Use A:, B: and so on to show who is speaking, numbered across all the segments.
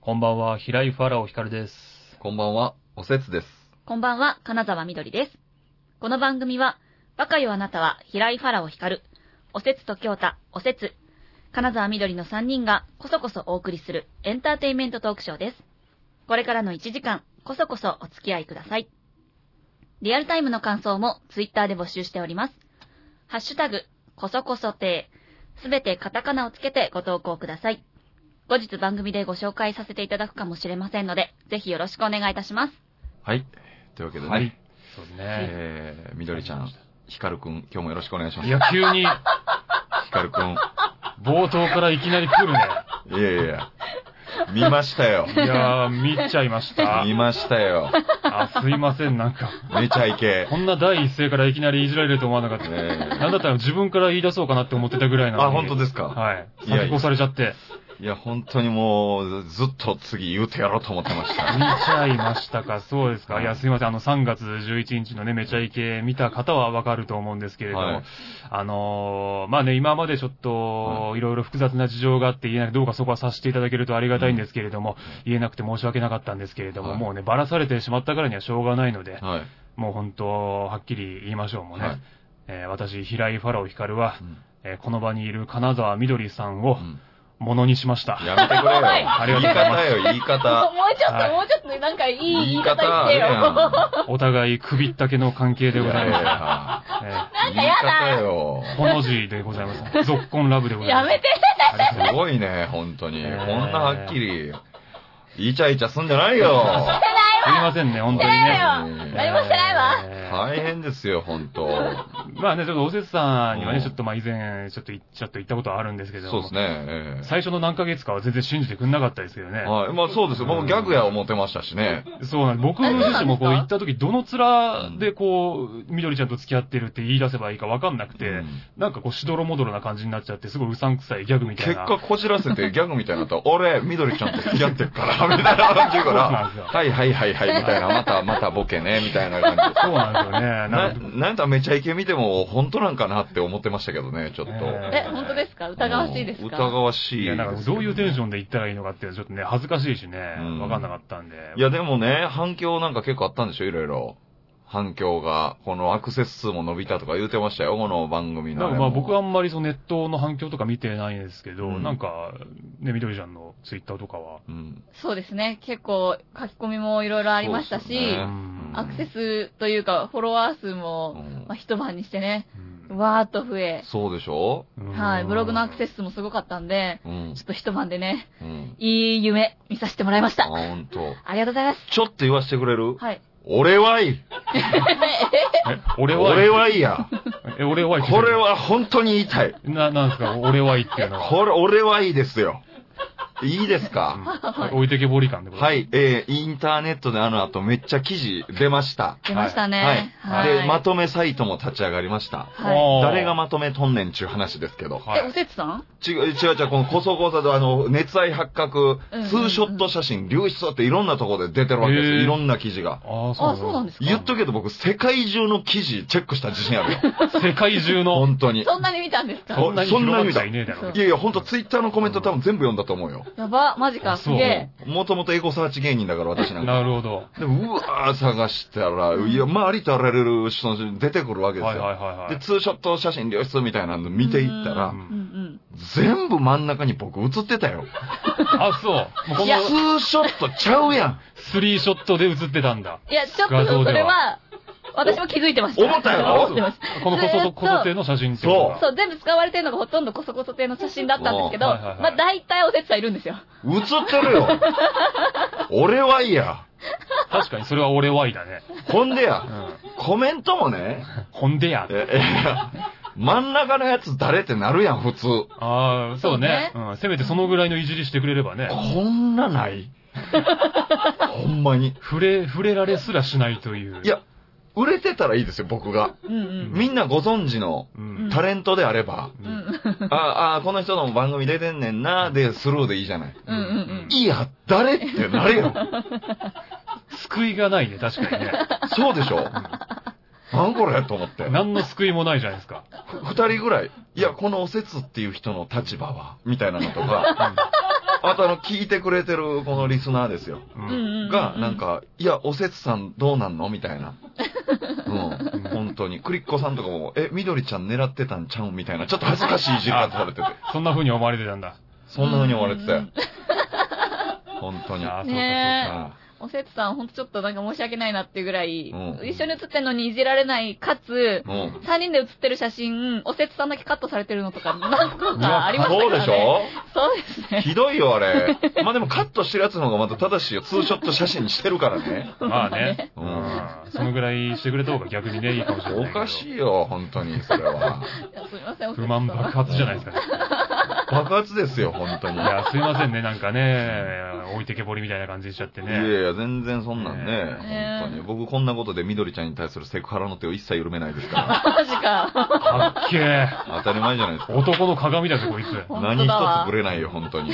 A: こんばんは、平井ファラオ光です。
B: こんばんは、おせつです。
C: こんばんは、金沢みどりです。この番組は、バカよあなたは平井ファラオ光る、おせつと京太、おせつ、金沢みどりの3人がこそこそお送りするエンターテインメントトークショーです。これからの1時間、こそこそお付き合いください。リアルタイムの感想もツイッターで募集しております。ハッシュタグ、こそこそてすべてカタカナをつけてご投稿ください。後日番組でご紹介させていただくかもしれませんので、ぜひよろしくお願いいたします。
B: はい。というわけでね、
A: はい。そうですね。
B: えー、みどりちゃん、ひかるくん、今日もよろしくお願いしま
A: い
B: す。
A: や、急に、
B: ひかるくん。
A: 冒頭からいきなり来るね。
B: いやいやいや、見ましたよ。
A: いやー、見ちゃいました
B: 見。ましたよ。
A: あ、すいません、なんか。
B: めちゃいけ。
A: こんな第一声からいきなりいじられると思わなかった。
B: ねえ
A: なんだったら自分から言い出そうかなって思ってたぐらいなのに。
B: あ、本当ですか。
A: はい。
B: いやいや
A: 先越されちゃって。
B: いや、本当にもう、ずずっと次言うてやろうと思ってまし
A: 見
B: た。
A: ちゃいましたか、そうですか。いや、すいません。あの、3月11日のね、めちゃイケ見た方はわかると思うんですけれども、
B: はい
A: あのーまあね、今までちょっと、いろいろ複雑な事情があって言えなくて、どうかそこはさせていただけるとありがたいんですけれども、言えなくて申し訳なかったんですけれども、
B: はい
A: もうね、ばらされてしまったからにはしょうがないので、
B: はい。
A: もう本当、はっきり言いましょうもうね。
B: はい
A: えー私、平井ファラオ光は
B: う、ん
A: えーこの場にいる金沢みどりさんを
B: うん
A: ものにしました。
B: やめてくれよ。
A: ありが
B: 言
A: とうご
B: い
A: ざいま
B: 方
A: す
B: よ、言い
C: も
B: 方。
C: うちょっ
A: はい
C: と、もうちょっと、なんかいい言い方言って
B: 言い
C: よ。
B: 方
A: お互い首ったけの関係でございます。
B: ます。
A: えー
B: 言い方よ。
A: ほの字でございます。ぞっこんラブでございま
C: や
A: す。
C: めて
A: ありがとうござい
B: すごいね、本当に。こ
A: え
B: ん
A: ー
B: なはっきり。イチャイチャすんじゃない よ。
A: ます。すいませんね、本当にね。
B: えー
C: 何もしてないわ
A: えー
B: 大変ですよ、本 当。
A: まあね、ちょっとおせつさんには
B: う
A: ね、
B: ん
A: ちょっとまあ以前、ちょっと言っちゃっと言ったことはあるんですけども
B: そうですね。え
A: 最初の何ヶ月かは全然信じてくれなかったですけどね
B: え。はい。まあそうですよ。僕ギャグや思ってましたしね。
A: そうなんです。僕
C: えそう
A: 自
C: なんですか
A: 身もこう行った時、どの面でこう、みどりちゃんと付き合ってるって言い出せばいいかわかんなくて、
B: うん
A: なんかこう、しどろもどろな感じになっちゃって、すごいうさんくさいギャグみたい
B: 結
A: な。
B: 果こじらせてギャグみたいになったら、俺、みどりちゃんと付き合ってるから、みたいな感じか
A: そう なん
B: ら
A: ですよ、
B: はいはいはいはい、みたいな、また、またボケね、みたいな感じ
A: そうなんですよね。 な
B: な
A: んか
B: なんだめちゃイケ見ても、本当なんかなって思ってましたけどね、ちょっと。
A: え
C: え、本当ですか疑わしいですか
B: 疑わしい。
A: いや、なんかどういうテンションで行ったらいいのかって、ちょっとね、恥ずかしいしね、
B: うん
A: わかんなかったんで。
B: いや、でもね、反響なんか結構あったんでしょ、いろいろ。反響が。このアクセス数も伸びたとか言うてましたよ、この番組
A: な
B: の
A: ん
B: あ
A: か
B: れ
A: ま
B: も。
A: あ僕はあんまりそのネットの反響とか見てないんですけど、
B: うん
A: なんか、ね、みどりちゃんのツイッターとかは、
B: うん。
C: そうですね。結構、書き込みもいろいろありました
B: そ
C: し、
B: うですよね
A: うん
C: アクセスというか、フォロワー数
B: う
C: も、
B: ん
C: まあ、一晩にしてね、
A: うん
C: わーっと増え、
B: そうでしょ
C: はい、ブログのアクセ
A: ス。
C: ス数もすごかったんで、
B: うん
C: ちょ。っと一晩でね、
B: うん。
C: いい夢見させてもらいまし
B: あ、
C: た。
B: ほんと。
C: ありがとうございます。
B: ちょっと言わせてくれる
C: はい。
B: 俺はい
A: え、俺はい、
B: 俺はいや。
A: え、俺はいって
B: これ。は本当に言いたい。
A: な、なんですか、俺はいっていうのは。
B: これ、俺はいいですよ。いいで
A: う
B: す
A: ん
B: か
A: 置いてけぼり感でござ
B: はいい、えー、インターネットであの後めっちゃ記事出ました。
C: 出ました
B: はい
C: ね。。
B: で、まとめサイトも立ち上がりました。
A: ます。
C: はい
A: おー
B: 誰がまとめとんねんちゅう話ですけど。
A: は
C: え、お
A: い。
C: せつさん
B: 違う違う違う、このこそこそとあの、熱愛発覚、ツ
C: うんうんうん
B: ーショット写真、流出だっていろんなところで出てるわけですよ
A: へー
B: いろんな記事が。
A: ああ、そう
C: あ、そうなんですか
B: 言っとくけど僕、世界中の記事チェックした自信あるよ。
A: 世界中の、
B: 本当に。
C: そんなに見たんですか
A: そんなに広がっちゃいねえだ
C: そんな
A: ろ
C: に。
B: いやいや、本当ツイッターのコメント多分全部読んだと思うよ。
C: やば、マジか、すげえ。
B: もともとエゴサーチ芸人だから私なんか。
A: なるほど。は
B: でも、うわー探したら、いや、まあ、ありとあらゆる人の出てくるわけ
A: い
B: です
A: はい
B: よ。
A: はいは
B: で、
A: い。
B: ツーショット写真流出みたいなの見ていったら、
A: うん
C: うんうん。
B: 全部真ん中に僕映ってたよ。
A: あ、そう。もうこ
B: いや、
A: の
B: ツーショットちゃうやん。
A: スリーショットで映ってたんだ。
C: いや、ちょっとそれは、私も気づいてました。
B: 思ったやろ
C: 思ってまし
A: このこそ
C: ずー
A: と、
C: っと
A: こそ手の写真ってこと
C: た
A: だ
C: そう、全部使われてるのがほとんどコソコソ系の写真だったんですけど、
A: おーはいはいはい
C: まあ大体おせつさんいるんですよ。
B: 映ってるよ。俺はいや。
A: 確かにそれは俺はいだね。
B: ほんで
A: う
B: や、
A: ん。
B: コメントもね、
A: ほんでや。
B: ええ真ん中のやつ誰ってなるやん、普通。
A: ああ、そうね。うん。せめてそのぐらいのいじりしてくれればね。
B: こんなない。ほんまに。
A: 触れ、触れられすらしないという。
B: いや、売れてたらいいですよ、僕が。
C: うんうん。
B: みんなご存知の
A: うん。
B: タレントであれば、
A: う。
C: うんん
B: ああ、この人の番組出てんねんな、で、スルーでいいじゃない。
C: うんうん
B: いや、誰ってなるよ。
A: 救いがないね、確 かにね。
B: そうでしょなんこれと思って。
A: 何の救いもないじゃないですか。
B: ふ二人ぐらい、いや、このおせつっていう人の立場は、みたいなのとか、あとあの、聞いてくれてるこのリスナーですよ。
A: う
C: うん
A: ん。
C: うん。
B: が、なん
C: か。
B: か、いや、おせつさんどうなんのみたいな。うん
A: ん。
B: 本当に。クリッコさんとかも、え、みどりちゃん狙ってたんちゃうんみたいな、ちょっと恥ずかしいいじり方されてて。
A: そんな風に思われてたんだ。
B: そんな風に思われてたよ。本当に。
A: ああ、そうか
C: ね
B: あ
C: おせつさん、ほんとちょっとなんか申し訳ないなっていうぐらい、
B: うん
C: 一緒に写ってんのにいじられない、かつ、
B: あうん。
C: 3人で写ってる写真、おせつさんだけカットされてるの とか、何個
A: うわ
C: かありましたか
B: そうで
C: らね。
B: しょ
C: そうですね。
B: ひどいよ、あれ。まあでもカットしてるやつの方がまた正しいよ。ツーショット写真にしてるからね。
A: そうか。まあね。
B: う
A: うんん。そのぐらいしてくれた方が逆にね、いいかもしれない
B: お
A: けど。
B: かしいよ、本当に、それは。
C: いやすみません、おせつ
A: 不
C: さ
A: 満。
C: ん
A: 爆発じゃないですかね。
B: 爆発ですよ、本当に。
A: いや、すいませんね、なんかね、置いてけぼりみたいな感じにしちゃって
B: いや
A: ね。
B: いや、全然そんなんね、
C: ね
B: 本当に。僕こんなことでみどりちゃんに対するセクハラの手を一切緩めないですから。
C: マジか。
A: かっけえ。
B: 当たり前じゃないですか。
A: 男の鏡だぜ、こいつ。い
C: 本
B: 何
C: 当だ
B: 一
C: わ
B: つぶ。れないよ、本当に。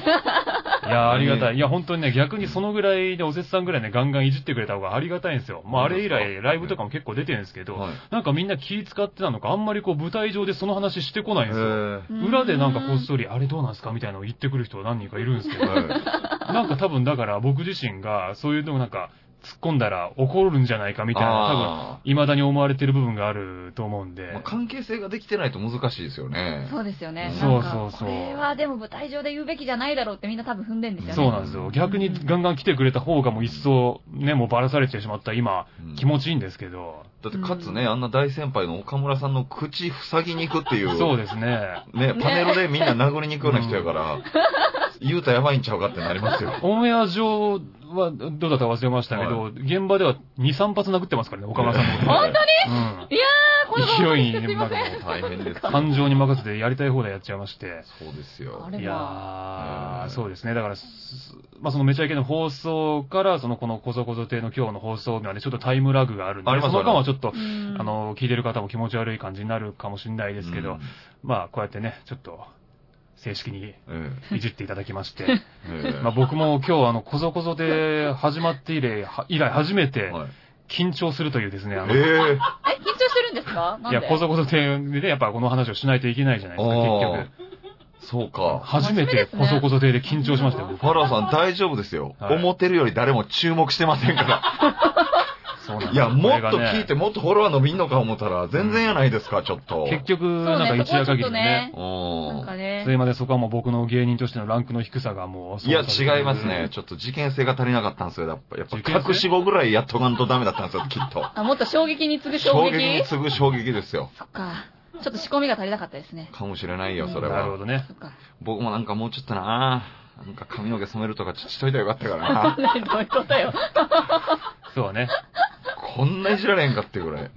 A: や、ありがたい。いや、本当にね、逆にそのぐらいで、おせつさんぐらいね、ガンガンいじってくれた方がありがたいんですよ。まあ、あれ以来、ライブとかも結構出てるんですけど、
B: はい。
A: なんかみんな気使ってたのか、あんまりこう、舞台上でその話してこないんですよ。
B: え
C: うん
A: 裏でなんかこっそり、あれどうなんすかみたいなのを言ってくる人何人かいるんですけ
B: ー
A: ど、
B: は
A: なんか多分だから僕自身が、そういうのをなんか、突っ込んだら怒るんじゃないかみ
B: い。
A: たいな、
B: あ
A: 多分、未だに思われてる部分があると思うんで。
B: ーまあ関係性ができてないと難しいですよね。
C: そうですよね。
B: そう
A: そうそう
C: なんかこれはでも舞台上で言うべきじゃないだろうってみんな多分踏んでんですよね。
A: そうなんですよ。逆にガンガン来てくれた方がもう一層ね、もうバラされてしまった今、
B: うん
A: 気持ちいいんですけど。
B: だってかつね、あんな大先輩の岡村さんの口塞ぎに行くっていう。
A: そうですね。
B: ね、
C: ね
B: パネルでみんな殴りに行くような人やから、言うたらやばいんちゃうかってなりますよ。
A: オンエア上はどうだったか忘れましたけど、
B: は
A: 現場では2、3発殴ってますからね、岡村さんも。
C: 本
A: うん
C: あーこの子本当に
A: 勢いに
C: すいません。
A: なんか
B: 大変ですよ。
A: 感情に任せてやりたい放題やっちゃいまして。
B: そうですよ
C: あ。れ
A: いやー、
B: うん
A: そうですね。だから、すまあ、そのめちゃイケの放送から、そのこのこぞこぞ亭の今日の放送までちょっとタイムラグがあるんで、
B: あります
A: その間はちょっと、
C: うん
A: あ、の、聞いてる方も気持ち悪い感じになるかもしれないですけど、
B: うん
A: まあ、こうやってね、ちょっと、正式 に
B: え
A: いじっていただきまして、
B: えええ
A: まあ僕も今日、あの、こぞこぞで始まって以来、は以来初めて
B: はい
A: 緊張するというですね、あの、い
B: ええ
C: え、緊張してるんですかなんで
A: や、こぞこぞでね、やっぱこの話をしないといけないじゃないですか、
B: あー
A: 結
B: そう
A: 局。
B: か。
A: 初めてこぞこぞでで緊張しましたよ、僕
B: ファラーさん大丈夫ですよ。
A: はい
B: 思ってるより誰も注目してませんか
A: そうなん
B: ら。
A: で
B: い
A: す
B: や、
A: これ
B: もっ
A: が
B: と
A: ね
B: 聞いて、もっとフォロワー伸びんのか思ったら、全然やないですか、ちょっと。
A: 結局、
C: そう
A: なんか
C: ね、
A: 一
C: そこ
A: 夜
C: はちょっ
A: 限
C: と
A: りね
C: ね。。
B: うん
C: なんか
A: それ
C: ね。
A: までそこはもう僕の芸人としてのランクの低さがもう、
B: いや、違いますね。。ちょっと事件性が足りなかったんですよ。やっぱ、やっぱ
A: 事件性
B: 隠し子ぐらいやっとかんとダメだったんですよ、きっと。
C: あ、もっと衝撃に次ぐ衝
B: 衝
C: 撃
B: 撃に次ぐ衝撃ですよ。
C: そっか。ちょっと仕込みが足りなかったですね。
B: かもしれないよ、それ
A: なるほ
B: は。
A: どね。
C: そっ か。
B: 僕もなんかもうちょっとななんか髪の毛染めるとかしといたらよかったからな。
C: ねどういうことよ。
A: そうね。
B: こんないじられへんかっていうぐらい。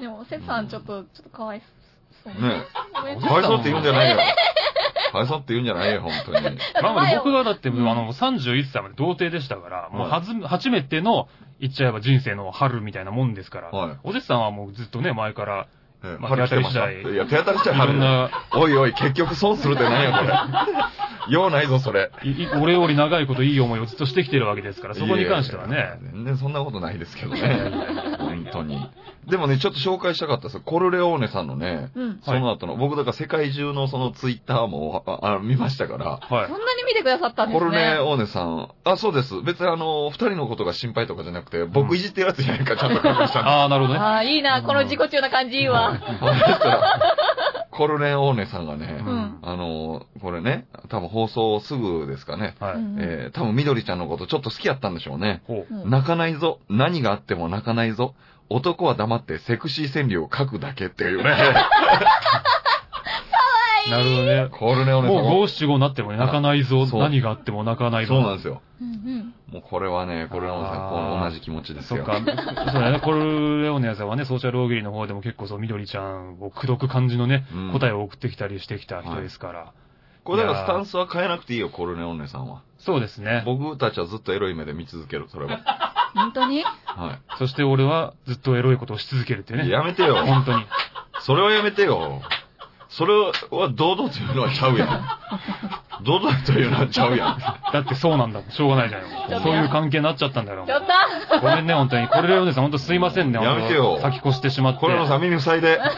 C: でも、おせつさん、ちょっと、ちょっとかわいそう。
B: ね
C: ごめんな
B: かわいそうって言うんじゃないよ。かわいそうって言うんじゃないよ、本当に。
A: まあまあ
C: 前を
A: 僕がだって、あの、31歳まで童貞でしたから、もうはず、初めての、言っちゃえば人生の春みたいなもんですから、
B: はい
A: おじさんはもうずっとね、前から、
B: え
A: まあ
B: 春来てました。
A: 手当たり次第
B: いや、手当たり次
A: い
B: 第
A: ろん
B: 春。
A: な、
B: おいおい、結局損するって何や、これ。用ないぞ、それ。
A: いい俺より長いこといい思いをずっとしてきてるわけですから、そこに関してはい
B: やい
A: ね
B: や。全然そんなことないですけど
A: いやいやい
B: ね。
A: やいや
B: 本当に。でもね、ちょっと紹介したかったですよコルレオーネさんのね、
C: うん。
A: は
B: そ
A: い
B: の後の、僕だから世界中のそのツイッターもああ見ましたから、
A: は
C: そ
A: い。
C: んなに見てくださったんで
B: コ
C: す
B: ルネ
C: ね。
B: オーネさん、あ、そうです。別にあの、二人のことが心配とかじゃなくて、僕いじってるやつじゃないか、ちゃんと確認したんで
A: ああ、なるほどね。
C: ああ、いいな、この自己中な感じいいわ。
B: す。あれしたらコルネオーネさんがね
A: う、
C: ん
A: ん。
B: あの、これね、多分放送すぐですかね。
A: はい。
C: うん
B: えー、多分緑ちゃんのことちょっと好きやったんでしょうね。
A: ほう。
C: うん
B: 泣かないぞ。何があっても泣かないぞ。男は黙ってセクシー川柳を書くだけってい うね。
A: なる
B: コルネオ
A: ほど
B: ー
A: ね。
B: ネさん
A: もう五七五になってもね泣かないぞ。
B: そう
A: 何があっても泣かないぞ。
B: そうなんですよ。
C: うん
B: もうこれはね、コルネオーネさん、この同じ気持ちです
A: そっ
B: よ。
A: か。そうだね。コルレオネやさんはね、ソーシャル大喜利の方でも結構そう、緑ちゃんを口説く感じのね、
B: うん
A: 答えを送ってきたりしてきた人ですから。
B: これだからスタンスは変えなくていいよ、コルネオーネさんは。
A: そうですね。
B: 僕たちはずっとエロい目で見続ける、それは。
C: 本当に
B: は
A: そして俺はずっとエロいことをし続けるっていう
B: い。
A: ね。
B: やめてよ。
A: 本当に。
B: それはやめてよ。それは堂々というのはちゃうやん。堂々というのはちゃうやん。
A: だってそうなんだもん。しょうがないじゃ
C: ちょっ
A: ん。
C: と
A: そういう関係になっちゃったんだろう
C: ちょっと
A: ごめんね、本当に。コルレオネさん、本当すいませんね。
B: やめてよ
A: 本当先越してしまって。
B: これのさ、耳塞いで。
C: 本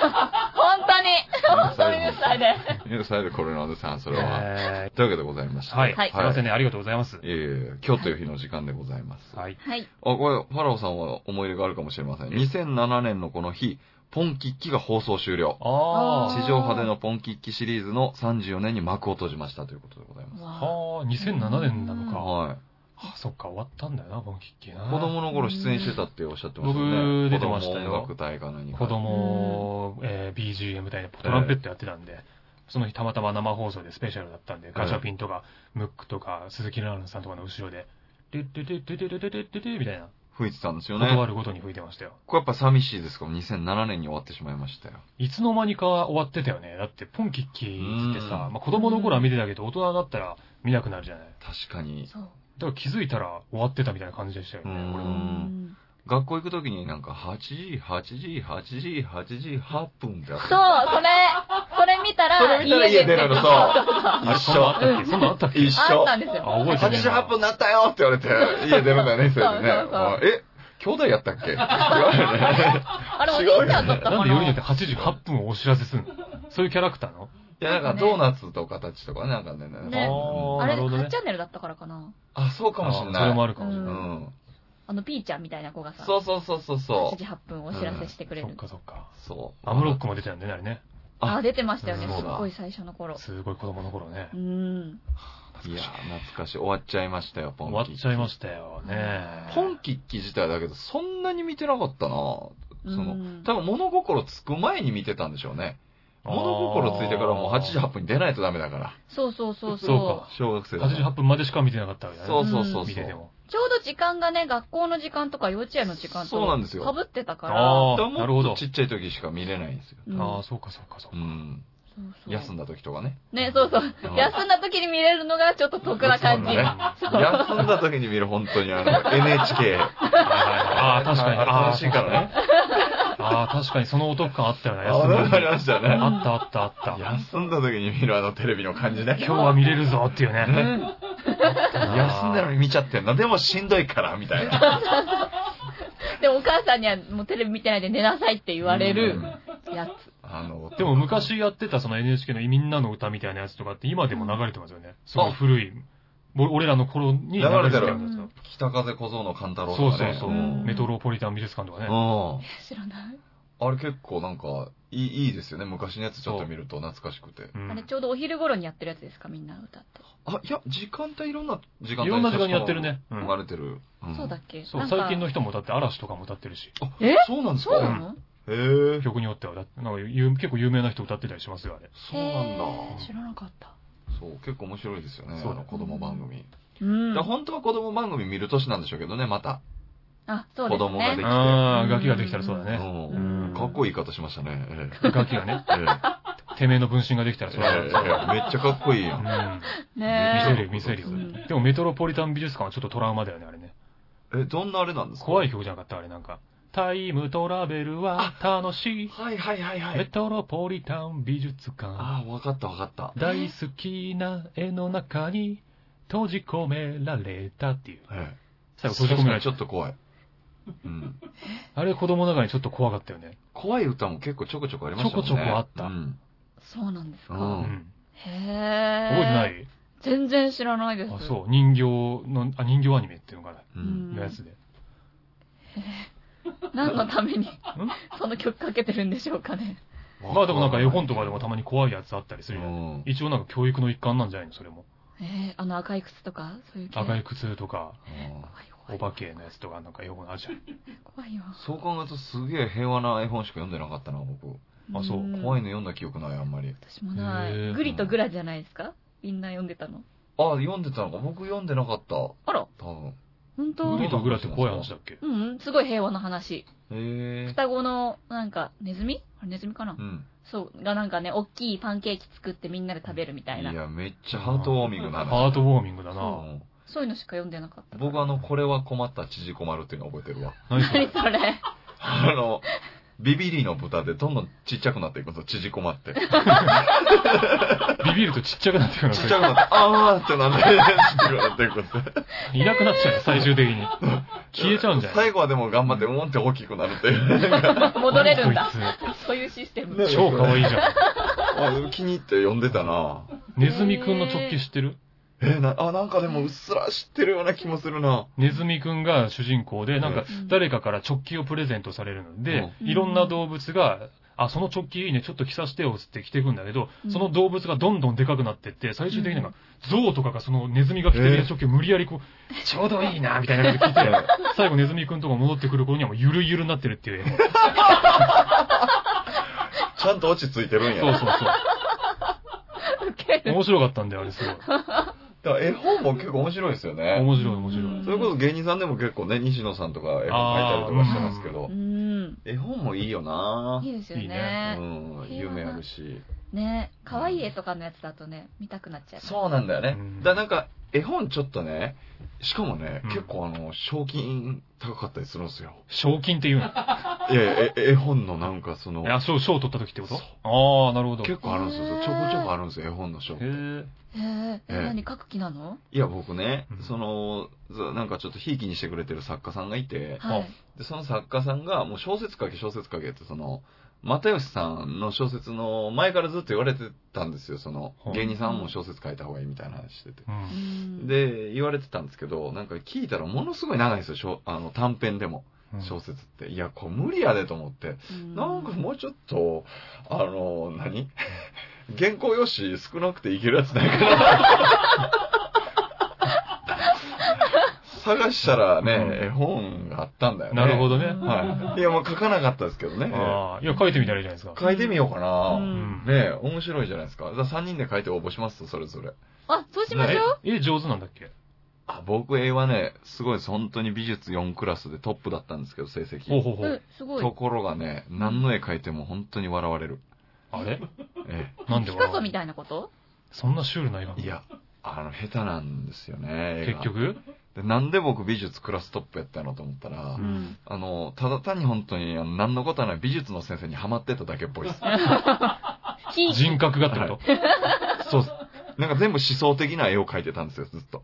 C: 当に
B: うん
C: 本当に許され。
B: 許されるコロナでさん、それは。
A: え
B: というわけでございまし
A: ー
B: て。
A: はい。
C: はい
A: すいませんね。ありがとうございます。
B: いえいえ、今日という日の時間でございます。
A: はい。
C: はい。
B: あ、これ、ファラオさんは思い入れがあるかもしれません。2007年のこの日、ポンキッキが放送終了。
A: あ
C: ー
B: 地上波でのポンキッキシリーズの34年に幕を閉じましたということでございます。
A: あ。
C: わ
A: はあ、2007年なのか。
B: はい。
A: あ、そっか、終わったんだよな、このキッキーな。
B: 子供の頃出演してたっておっしゃってましたよね。
A: 僕出てましたよ
B: 子供音楽隊か何か。
A: 子供、えー BGM 隊でトランペットやってたんで、その日たまたま生放送でスペシャルだったんで、ガチャピンとか、ムックとか、鈴木奈々さんとかの後ろで、ででででででででででみたいな、
B: 吹いてたんですよね。
A: 断るごとに吹いてましたよ。
B: これやっぱ寂しいですか ?2007 年に終わってしまいましたよ。
A: いつの間にか終わってたよね。だって、ポンキッキーってさ
B: う、
A: ま
B: ん
A: あ、子供の頃は見てたけど、大人になったら見なくなるじゃない。
B: 確かに。
C: そう。
A: だから気づいたら終わってたみたいな感じでしたよね。
B: うん
A: 俺
C: う
A: も
C: ん
B: 学校行くときになんか8時、8時、8時、8時、8分ってあっ
C: そう、
B: た。
C: それ、それ見た
B: それ
C: ら、
B: 見たら家出るの、そう。
A: あれ、そんなあったっけそんなあったっけ
B: 一
C: あ
B: 緒
C: っ。たんですよ。
A: あ覚えて
B: 8
A: る
B: 時8分になったよって言われ て、家出るんだよね、それでね。
C: そうそうそう
B: あえ兄弟やった っけって言われるね。
C: あれ、お兄ちゃんだったかな
A: なんでよりによって8時8分をお知らせすんのそういうキャラクターなの
B: いや、なんかドーナツと形とかね、なんかね。
C: ね
B: うん
A: ーな
C: あれ、
A: るほどね
C: 8チャンネルだったからかな。
B: あ、そうかもしれ
A: あそ
B: な
A: れも
B: い。
A: あるかもしれ
B: う
A: ない。
B: ん。
C: あの、ピーちゃんみたいな子がさ、
B: そうそうそうそうそ
C: 8時8分お知らせしてくれ
A: そ
C: る
A: っ。かそっか。
B: う。そう。
A: アムロックも出てたんだよね、あれね。
B: あ
C: あ、出てましたよね。
A: そう
C: す
B: だ
C: っごい最初の頃。
A: すごい子供の頃ね
C: う。ん。
B: いや、懐かしい。終わっちゃいましたよ、ポ
A: 終
B: ンキ
A: わ
B: ッ
A: っ
B: キ。
A: ちゃいましたよね。
B: ポンキッキ自体だけど、そんなに見てなかったなその、
C: うん
B: 多分物心つく前に見てたんでしょうね。物心ついてからもう8時8分に出ないとダメだから。
C: そうそうそう
A: そう
C: そ
A: か
B: 小学生だから
A: 8時8分までしか見てなかったわけだね。
B: そうそうそうそう。
A: 見てても。
C: う。ちょうど時間がね、学校の時間とか幼稚園の時間と
B: そうなんですよ
C: 被ってたから。
A: あ
B: だから
A: なるほ
B: もっ
A: ど
B: とちっちゃい時しか見れないんですよ。
C: うん
A: ああ、そうかそうかそう
B: う
A: か。
B: ん。
C: そうそう
B: 休んだ時とか ね。
C: ね、そうそう。
B: うん
C: 休んだ時に見れるのがちょっと得な感
B: そ
C: じ。
B: うだね
C: そう
B: 休んだ時に見る、本当にあの、NHK。
A: ああ、確かに。ああ、
B: 楽しいからね。
A: ああ、確かにそのお得感あったよね。
B: あ、わかりま
A: し
B: した
A: あ
B: ね。
A: ったあったあった。
B: 休んだ時に見るあのテレビの感じね。
A: 今日は見れるぞっていうね。
B: ね休んだのに見ちゃってんな。でもしんどいから、みたいな。
C: でもお母さんにはもうテレビ見てないで寝なさい って言われるやつ。
B: あの、
A: でも、昔やってたその NHK のみんなの歌みたいなやつとかって今でも流れてますよね。すごい古い。ぼ俺らの頃に
B: 流れてる
A: やつだ
B: 北風小僧の勘太郎
A: そう
B: とか
A: そう
B: ね。
A: そう。
C: うん
A: メトロポリタン美術館とかね。
B: うん。
C: 知らない。
B: あれ結構なんか、いい、いいですよね。昔のやつちょっと見ると懐かしくて。
A: うん
C: あれちょうどお昼頃にやってるやつですか、みんなの歌って。
B: あ、いや、時間帯いろんな時間帯
A: いろんな時間にやってるね。う
B: 流
A: ん
B: れてる。ん
C: そうだっけ
A: そう
C: なんか
A: 最近の人も歌って嵐とかも歌ってるし、
B: あ
C: え
B: そうなんですか
C: そうなの
B: へえ。
A: 曲によってはだってなんか有結構有名な人歌ってたりしますよ、あれ。
B: そうなんだ。
C: へー知らなかった。
B: そう、結構面白いですよね。
A: そう
B: あの子供番組。
C: うん
B: だから。本当は子供番組見る年なんでしょうけどね、また。
C: あ、そうで
B: 子
C: すね。
B: 供ができて
A: ああ、ガキができたらそうだ
B: う
A: ね。
C: うん
A: ん
B: かっこいい言い方しましたね。え え
A: ガキがね、
B: ええ
A: てめえの分身ができたら
B: え
A: そうだ
B: え
A: ね。
B: めっちゃかっこいいや。
A: うんん見
C: ね
A: せ
C: え
A: るよ、見せるよ
C: うん。
A: でもメトロポリタン美術館はちょっとトラウマだよね、あれね。
B: え、どんなあれなんですか
A: 怖い曲じゃなかったあれなんか。タイムトラベルは楽しい。
B: はいはいはいは
A: メ
B: い。
A: トロポリタン美術館。
B: ああ、わかったわかった。
A: 大好きな絵の中に閉じ込められたっていう。
B: ええ
A: 最後閉じ込められ
B: ち
A: た
B: ょ。っと怖い。うん。
A: あれ子供の中にちょっと怖かったよね。
B: 怖い歌も結構ちょこちょこありましたもんね。
A: ちょこちょこあった
B: うん。
C: そうなんですか。
A: う
B: うん
A: ん。
C: へえ。
A: 覚えてない
C: 全然知らないです。
A: あ、そう。人形の、あ、人形アニメっていうのかな
B: う。
C: うんん
A: のやつで。
C: 何のために、その曲かけてるんでしょうかね。
A: まあでもなんか絵本とかでもたまに怖いやつあったりするじゃん。
B: うん。
A: 一応なんか教育の一環なんじゃないのそれも。
C: ええあの赤い靴とか、そういう系。
A: 赤い靴とか、
C: 怖い怖
A: お
C: い。
A: 化けのやつとかなんか英語のあるじゃん。
C: 怖いよ。
B: そう考えるとすげえ平和な絵本しか読んでなかったな、僕。
A: あそうん
B: 怖いの読んだ記憶ない、あんまり。
C: 私もな
A: へえ
C: い。グリとグラじゃないですかみんな読んでたの。
B: ああ、読んでたのか。僕読んでなかった。多
C: あら、
B: 分。
C: 本当
A: グリとグラって怖い話だっけ
C: うんうん、すごい平和な話。
B: へえ。
C: 双子の、なんか、ネズミあれネズミかな
B: うん。
C: そう、がなんかね、大きいパンケーキ作ってみんなで食べるみたい
B: い
C: な。
B: や、めっちゃハートウォーミングな
A: ハートウォーミングだ
B: う
A: な。
B: ん
C: そういうのしか読んでなかったから。
B: 僕あの、これは困った、縮こまるっていうの覚えてるわ。
A: 何それ
C: 何 それ。
B: あの、ビビリの豚でどんどんちっちゃくなっていくと縮こまっ て。ちっ
A: ビビるとちっちゃくなってくるの
B: ちゃくなって、あーってなんで、ちっちゃくなっていく と。
A: いなくなっちゃう、最終的に。消えちゃうんじゃない
B: 最後はでも頑張って、うんって 大きくなるっていう。
C: 戻れるんだ
A: こ。い
C: そういうシステム。
B: ね
A: つ超可愛いじゃん。
B: あ気に入って読んでたな。
A: ネズミくんの直球知ってる
B: えーな、あ、なんかでもうっすら知ってるような気もするな。
A: ネズミくんが主人公で、なんか
C: うん
A: 誰かから直球をプレゼントされるので、
C: うん
A: いろんな動物が、あ、その直球いいね、ちょっと着させてよつって着てくんだけど、
C: うん
A: その動物がどんどんでかくなってって、最終的になんか、ゾウとかがそのネズミが着て
B: え
A: る
B: ー
A: 直球無理やりこう、ちょうどいいな、みたいな感じで着て、最後ネズミくんとか戻ってくる頃にはもうゆるゆるになってるっていう絵本。
B: ちゃんと落ち着いてるんや。
A: そうそう
C: ウケ
A: そう。
C: る。
A: 面白かったんだよ、あれすごい。
B: だから絵本も結構面白いですよね。
A: 面白い面白
C: うん
A: い。
B: それこそ芸人さんでも結構ね、西野さんとか絵本描いたりとかしてますけど
C: う、ん。
B: 絵本もいいよない
C: いですよ
A: いい
C: ね
A: ね。
B: うん、夢あるし。
C: ね可愛い絵とかのやつだとね、見たくなっちゃう。
B: そうなんだよね
A: う。ん
B: だからなんか、絵本ちょっとね、しかもね、
A: うん
B: 結構あの、賞金高かったりするんですよ。
A: 賞金っていうの。
B: いやいや、え絵本のなんかその、
A: あ、賞、賞取った時ってこと
B: そう
A: ああ、なるほど。
B: 結構あるんですよ。
C: へ
B: ち
C: ー
B: ょこちょこあるんですよ、絵本の賞。
A: へー
C: へえ、え
B: ええ
C: 何書く気なの
B: いや、僕ね
A: うん、
B: その、ずなんかちょっとひいきにしてくれてる作家さんがいて、
C: はい。
B: で、その作家さんが、もう小説書け小説書けって、その、又吉さんの小説の前からずっと言われてたんですよ、その
A: ほ、う
B: 芸人さんも小説書いた方がいいみたいな話してて。
A: うん
C: うん、
B: で、言われてたんですけど、なんか聞いたらものすごい長いんですよ、小あの短編でも、
A: うん
B: 小説って。いや、これ無理やでと思って。
C: うん
B: なんかもうちょっと、あの、何 原稿用紙少なくていけるやつないかな。探したらね、
A: うん
B: 絵本があったんだよね。
A: なるほどね。
B: はい。いや、もう書かなかったですけどね。
A: ああ、いや、書いてみたらいいじゃないですか。
B: 書いてみようかな。
C: うん
A: うん
B: ねえ、面白いじゃないですか。3人で書いて応募しますと、それぞれ。
C: あ、そうしましょう。
A: え、絵上手なんだっけ
B: あ、僕、絵はね、すごいです。本当に美術4クラスでトップだったんですけど、成績。
A: ほうほうほ
C: うん
A: う。、
C: すご
B: と
C: い。
B: ころがね、何の絵描いても本当に笑われる。
A: あれ
B: え
A: なんで
C: ピカソみ
A: い
C: たいなこと
A: そんなシュールな絵が
B: えいや、あの、下手なんですよね、絵
A: 結
B: が。
A: 局
B: で。なんで僕美術クラストップやったのと思ったら、
A: ん
B: あの、ただ単に本当に、あの何のことはない美術の先生にハマってただけっぽ いです。
C: ひいき
A: 人格がってこと
B: そうっすなんか全部思想的な絵を描いてたんですよ、ずっと。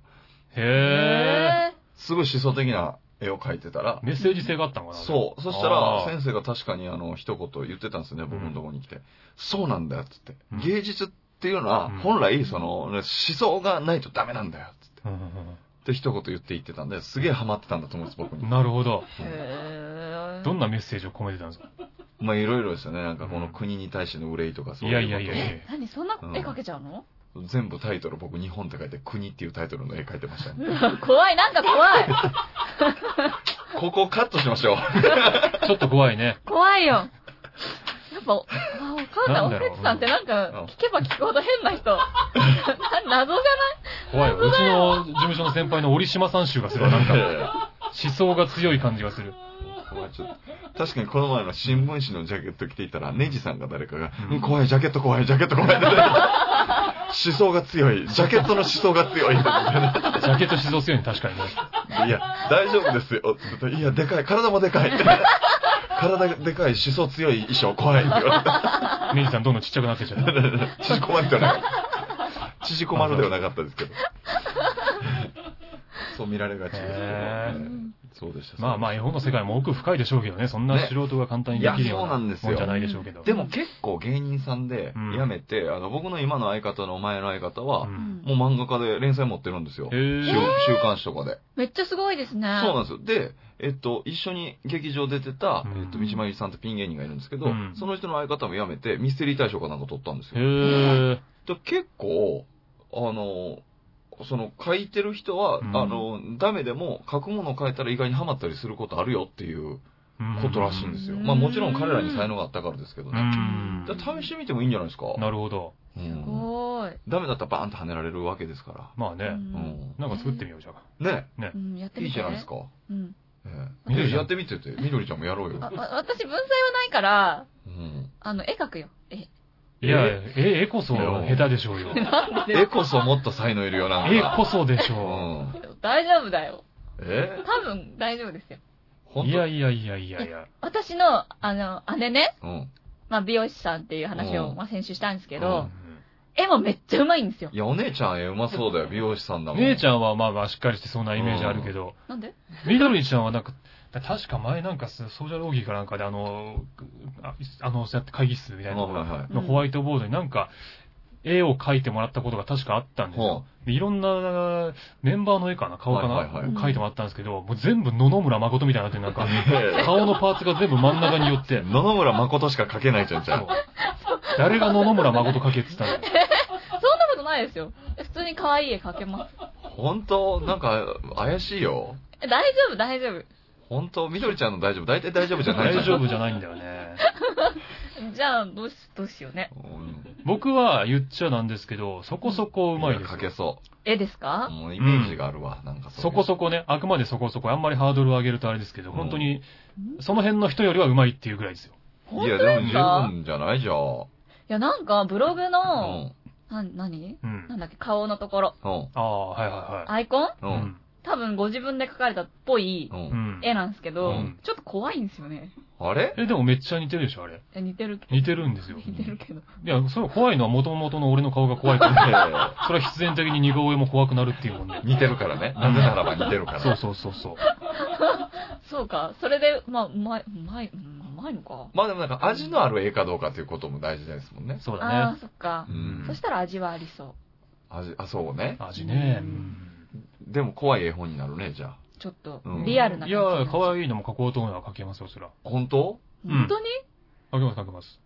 A: へえ。
C: へ
B: すごい思想的な絵を描いてたら、
A: メッセージ性があったのかな
B: そう。そした
A: あ
B: ら、
A: ー
B: 先生が確かにあの、一言言ってたんですよね、僕のところに来て。そうなんだよ、つって
A: うん。
B: 芸術っていうのは
A: うん、
B: 本来、その、思想がないとダメなんだよ、つって。
A: うんうん
B: って一言言って言ってたんで、すげえハマってたんだと思うんです、僕
A: う
B: に
A: ん。。なるほど。
C: え。へえ。
A: どんなメッセージを込めてたんですか
B: まあ、いろいろですよね。なんかこの国に対しての憂いとかそういうこと。
A: いやいやいやいや
C: え、何そんな絵描けちゃうの、
B: 全部タイトル、僕日本って書いて、国っていうタイトルの絵描いて ましたね。
C: 怖い、なんか怖い。
B: ここカットしましょう。
A: ちょっと怖いね。
C: 怖いよ。やっぱ、あ、わかんない。
A: な
C: お
A: んだろう
C: せつさんってなん
B: うん
C: か、聞けば聞くほど変な人。な謎じ
A: 怖いよ。うちの事務所の先輩の折島さん集がすごい、なん か、思想が強い感じがする。
B: まあちょっと確かにこの前の新聞紙のジャケット着ていたら、ネジさんが誰かが、
A: うん
B: うん怖い、ジャケット怖い、ジャケット怖いって。思想が強い、ジャケットの思想が強い。い
A: ジャケット思想強いね、確かにね。
B: や、大丈夫ですよ。つっていや、でかい、体もでかい。体でかい、思想強い衣装怖いって言わ
A: ネジさんどんどんちっちゃくなってっちゃった。
B: れて。縮こまるではなかった。縮こまるではなかったです けど。そう見られがちですけど
A: へ
C: ゃ
A: ー
B: ね
C: ん。。
B: そうでした。
A: まあまあ、絵本の世界も奥深いでしょうけどね、そんな
B: ね
A: 素人が簡単にできるよう
B: いやそ
A: な
B: うなん
A: もん
B: です
A: じ
B: よ
A: ゃないでしょうけど。
B: でも結構芸人さんで
A: うん
B: 辞めて、あの僕の今の相方の前の相方は、
A: うん
B: もう漫画家で連載持ってるんですよ。
A: へ
B: 週
A: ー
B: 週刊誌とかで。
C: めっちゃすごいですね。
B: そうなんですよ。で、えっと、一緒に劇場出てた、
A: うん
B: えっと、道前さんとピン芸人がいるんですけど、
A: うん
B: その人の相方も辞めて、ミステリー大賞かなんか取ったんですよ。
A: へえ。
B: で結構、あの、その書いてる人は、
A: うん
B: あの、ダメでも書くものを変えたら意外にハマったりすることあるよっていうことらしいんですよ。
C: うん
B: まあもちろん彼らに才能があったからですけど
A: う
B: ね。
A: ん。
B: だから試してみてもいいんじゃないですか。
A: なるほど。
B: うん
C: すごい。
B: ダメだったらバーンと跳ねられるわけですから。
A: まあ
C: う
A: ね。
C: ん
A: なんか作ってみよう、じゃあ。
B: ね
C: うん、やってみ
B: いい
C: て。
B: じゃないです。か。
C: うん。
B: ええ、
A: 緑ちゃん
B: やってみてて、みどりちゃんもやろう
C: あ、
B: よ。
C: あ私文才はないから、
B: うん、
C: あの、絵描くよ。絵。
A: いや、絵、絵こそ下手でしょ うよ。
B: 絵こそもっと才能いるよな。
A: 絵こそでし
B: う
A: ょ
B: ん、
C: 大丈夫だよ。
B: え
C: 多分大丈夫ですよ。
A: う。
B: 本
A: い
B: 当
A: やいやいやいやいや。
C: 私の、あの、姉ね、
B: うん。
C: まあ、美容師さんっていう話
B: う
C: を、
B: ん
C: まあ、先週したんですけ
B: う
C: ど、絵もめっちゃうまいんですよ
B: い。や、お姉ちゃん、え、うまそうだよ、美容師さんだもん。
A: 姉ちゃんはまあまあしっかりしてそうなイメージあるけど、
C: なんで
A: みどりちゃんはなんか、確か前なんかソーシャルオーギーかなんかであの、ああの、そうやって会議室みたいなとこ
B: はいはい
A: のホワイトボードになんか、絵を描いてもらったことが確かあったんですよ
B: ほ。
A: でいろんなメンバーの絵かな顔かな、
B: はいはいはい
A: 描いてもらったんですけど、もう全部野々村誠みたいになってなんか、
B: え
A: 顔のパーツが全部真ん中に寄って
B: え、野々村誠しか書けないじゃん、じゃ
A: そう
B: あ。
A: 誰が野々村誠描けって言ったんだよ。
C: そんなことないですよ。普通に可愛い絵描けます。
B: 本当なんか、怪しいよ。
C: え大丈夫、大丈夫。
B: 本当みどりちゃんの大丈夫。大体大丈夫じゃない
A: 大
B: じゃん。
A: 丈夫じゃないんだよね。
C: じゃあ、どうし、どうしようね。
B: うん。
A: 僕は言っちゃなんですけど、そこそこうまいです
B: 書
A: よ。
B: けそ
C: 絵です
B: う。
C: か
B: もうイメージがあるわ、なんかういう
A: そこそこね、あくまでそこそこ、あんまりハードルを上げるとあれですけど、
B: うん
A: 本当に、その辺の人よりはうまいっていうぐらいですよ。
C: 本
B: いや、
C: 当
B: で
C: で
B: も
C: す
B: 十
C: か
B: 分じゃないじゃん。
C: いや、なんか、ブログの、
B: うん。
C: な、なに
A: うん
C: な。んだっけ、顔のところ。
B: うん。
A: ああ、はいは
C: アイコン
A: い
B: うん。う
A: はい。
B: ん。。
C: 多分ご自分で描かれたっぽい
A: うんん。
C: 絵なんですけど、
B: うん
C: ちょっと怖いんですよね。
B: あれ
A: え、でもめっちゃ似てるでしょ、あれ。
C: え似てるけど。
A: 似てるんですよ。
C: 似てるけど。
A: いや、それ怖いのは元々の俺の顔が怖い から、
B: え
A: それは必然的に似顔絵も怖くなるっていうもんね
B: え。似てるからね。なぜならば似てるから。
A: そうそうそうそう。
C: そうか。それで、まあ、うまい、うまい、うんうまいのか。
B: まあでもなんか味のある絵かどうかということも大事ですもんね。
A: そう
C: ああ
A: だ
C: ー、そっか
B: う。ん
C: そ。したら味はありそ
B: 味、あ、そうね。
A: ね。味ね。
C: う
A: うんん
B: でも怖い絵本になるね、じゃあ。
C: う。ちょっと
B: う、ん
C: リアルない感じ
A: や
C: になっちゃう。
A: ー、可愛いのも描こうと思えば描けますよ、そら。
B: 本当
A: うん
C: 本当に
A: 描けます、描けます。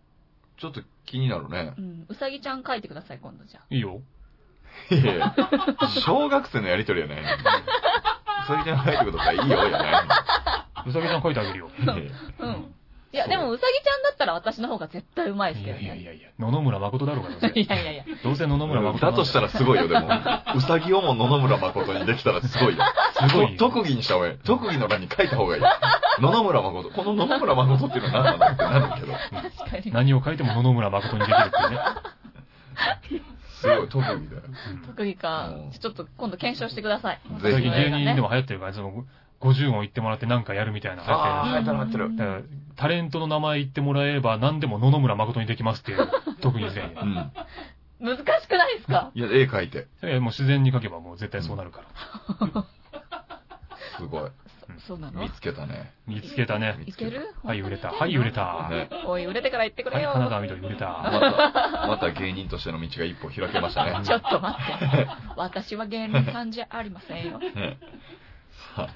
B: ちょっと気になるね
C: う。ん。うさぎちゃん描いてください、今度じゃあ。
A: いいよ。
B: いやいや小学生のやりとりやね。それじゃないってことかいいよ、やな
A: うさぎちゃん描いてあげるよ。
B: いの。いやいや
C: うん。いや、
B: そう
C: でもうさぎちゃんだったら私の方が絶対うまいです
A: い
C: けど
A: や
C: ね。
A: いやいやいや、野々村誠だろうが、どう
C: い
A: せ。
C: やいやいや。
A: どうせ野々村誠
B: だとした
A: ら、
B: らすごいよ、でも。うさぎをも野々村誠にできたらすごいよ。
A: すごいよ。
B: 特技にした方 がいい。特技の欄に書いた方がいい。野々村誠。この野々村誠っていうのは何なのってなるけど。
C: 確かに。
A: 何を書いても野々村誠にできるっていうね。
B: すごい特技だよ。
C: 特技か
B: うん。
C: ちょっと今度検証してください。
B: ぜひ
A: 最
B: ね
A: 近芸人で
C: も。
A: も流行ってるから、その、50音言ってもらってなんかやるみたいな流
B: ああ、
A: 行
B: 入
A: っ
B: ってて
A: る
B: る入っ
A: じ
B: てる。
A: ゃないですか。だからタレントの名前言ってもらえば何でも野々村誠にできますって いう、特技で。
B: うん。
C: 難しくないですか
B: いや、絵描いて。
A: それはもう自然に書けばもう絶対そうなるから。
B: すごい。
C: そそうなの
B: 見つけたね。
A: 見つけたね。
C: いける
A: はい、売れた。はい、売れた。。は
B: ね
A: い、。
C: おい、売れてから言ってくれよ。
A: 金沢緑売れた。
B: また、また芸人としての道が一歩開けましたね。
C: ちょっと待って。私は芸人さんじゃありませんよ。
B: ねさ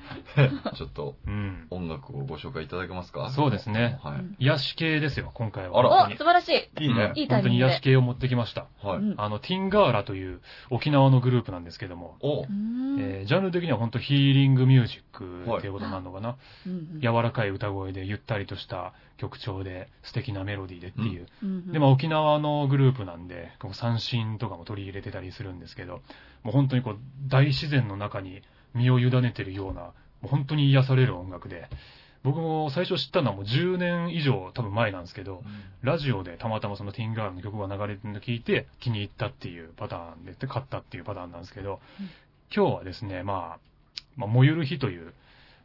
B: あ、 ちょっと
A: うん。
B: 音楽をご紹介いただけますか
A: そうですね
B: は
C: うん
B: い。
A: 癒し系ですよ、今回は。
B: あら
A: 本
C: お、
A: 当に
C: 素晴らしい。
B: いいね
A: うん。
C: いいタイ
A: 本当
C: ミン
A: に
C: グ
A: 癒
C: で
A: し系を持ってきました。
C: う
B: はい。
C: ん
A: あの、ティンガーラという沖縄のグループなんですけども、
B: お
C: うーん
A: えージャンル的には本当ヒーリングミュージックっていうことになるのかな。
C: うん
A: 柔らかい歌声でゆったりとした曲調で素敵なメロディーでっていう。
C: うん
A: で、まあ沖縄のグループなんで、こう三振とかも取り入れてたりするんですけど、もう本当にこう大自然の中に身を委ねてるような、もう本当に癒される音楽で、僕も最初知ったのはもう10年以上多分前なんですけど、ラジオでたまたまそのティンガールの曲が流れてるのを聞いて気に入ったっていうパターンで、で買ったっていうパターンなんですけど
C: うん、
A: 今日はですね、まあ、まあ、燃ゆる日という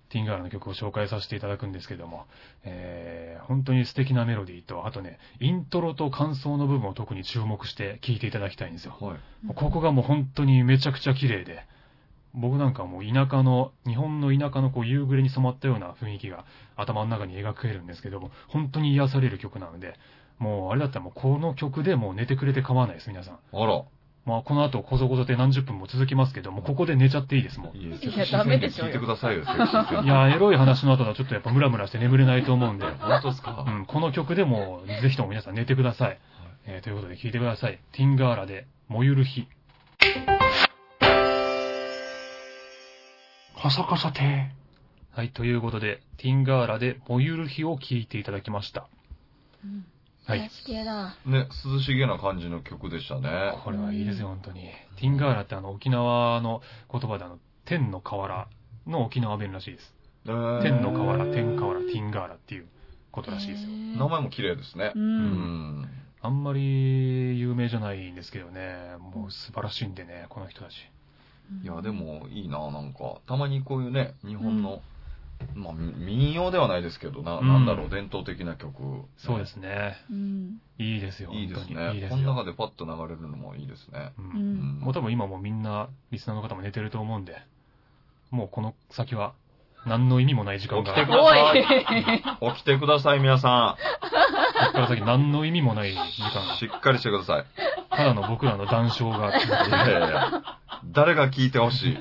A: ティンガールの曲を紹介させていただくんですけども、えー、本当に素敵なメロディーと、あとね、イントロと感想の部分を特に注目して聴いていただきたいんですよ。
B: はい。
A: ここがもう本当にめちゃくちゃ綺麗で、僕なんかもう田舎の、日本の田舎のこう夕暮れに染まったような雰囲気が頭の中に描けるんですけども、本当に癒される曲なので、もうあれだったらもうこの曲でもう寝てくれて構わないです、皆さん。
B: あら。
A: まあこの後こそこそで何十分も続きますけども、ここで寝ちゃっていいですもん。
B: い
C: いやダメでしょ
B: 聞いてくださいよ、セクシー
A: いや、エロい話の後だとちょっとやっぱムラムラして眠れないと思うんで、
B: 本当ですか
A: うん、この曲でもうぜひとも皆さん寝てください。えーということで聴いてください。ティンガーラで、燃ゆる日。
D: こそこそ亭。
A: はい、ということで、ティンガーラで、燃ゆる日を聴いていただきました。
C: うん
A: はい
C: 癒し系だ。
B: ね、涼しげな感じの曲でしたね。
A: これはいいですよ、本当に。ティンガーラってあの、沖縄の言葉であの、天の河原の沖縄弁らしいです。
B: えー
A: 天の河原、天河原、ティンガーラっていうことらしいですよ。
B: 名前も綺麗ですね
C: う。。
B: うんん。
A: あんまり有名じゃないんですけどね、もう素晴らしいんでね、この人たち。
B: いや、でもいいな、なんか。たまにこういうね、日本のまあ、民謡ではないですけど、な、
A: うん
B: なんだろう、伝統的な曲。
A: そうですね。
C: うん。
A: いいですよ、
B: いいです
A: 本当にいい
B: ね。
A: で
B: こ
A: す
B: の
A: よ。
B: 中でパッと流れるのもいいですね。
A: う
C: うんん。
A: もう多分今もうみんな、リスナーの方も寝てると思うんで、もうこの先は、何の意味もない時間が、
B: 起きてくだ
A: こ
B: さ
C: おい
B: 起きてください、皆さ
A: こから先何の意味もない時間
B: ん。
A: が、
B: しっかりしてくだ さい。
A: ただの僕らの談笑が続
B: い
A: く
B: やいやいや誰が聞いてほしい。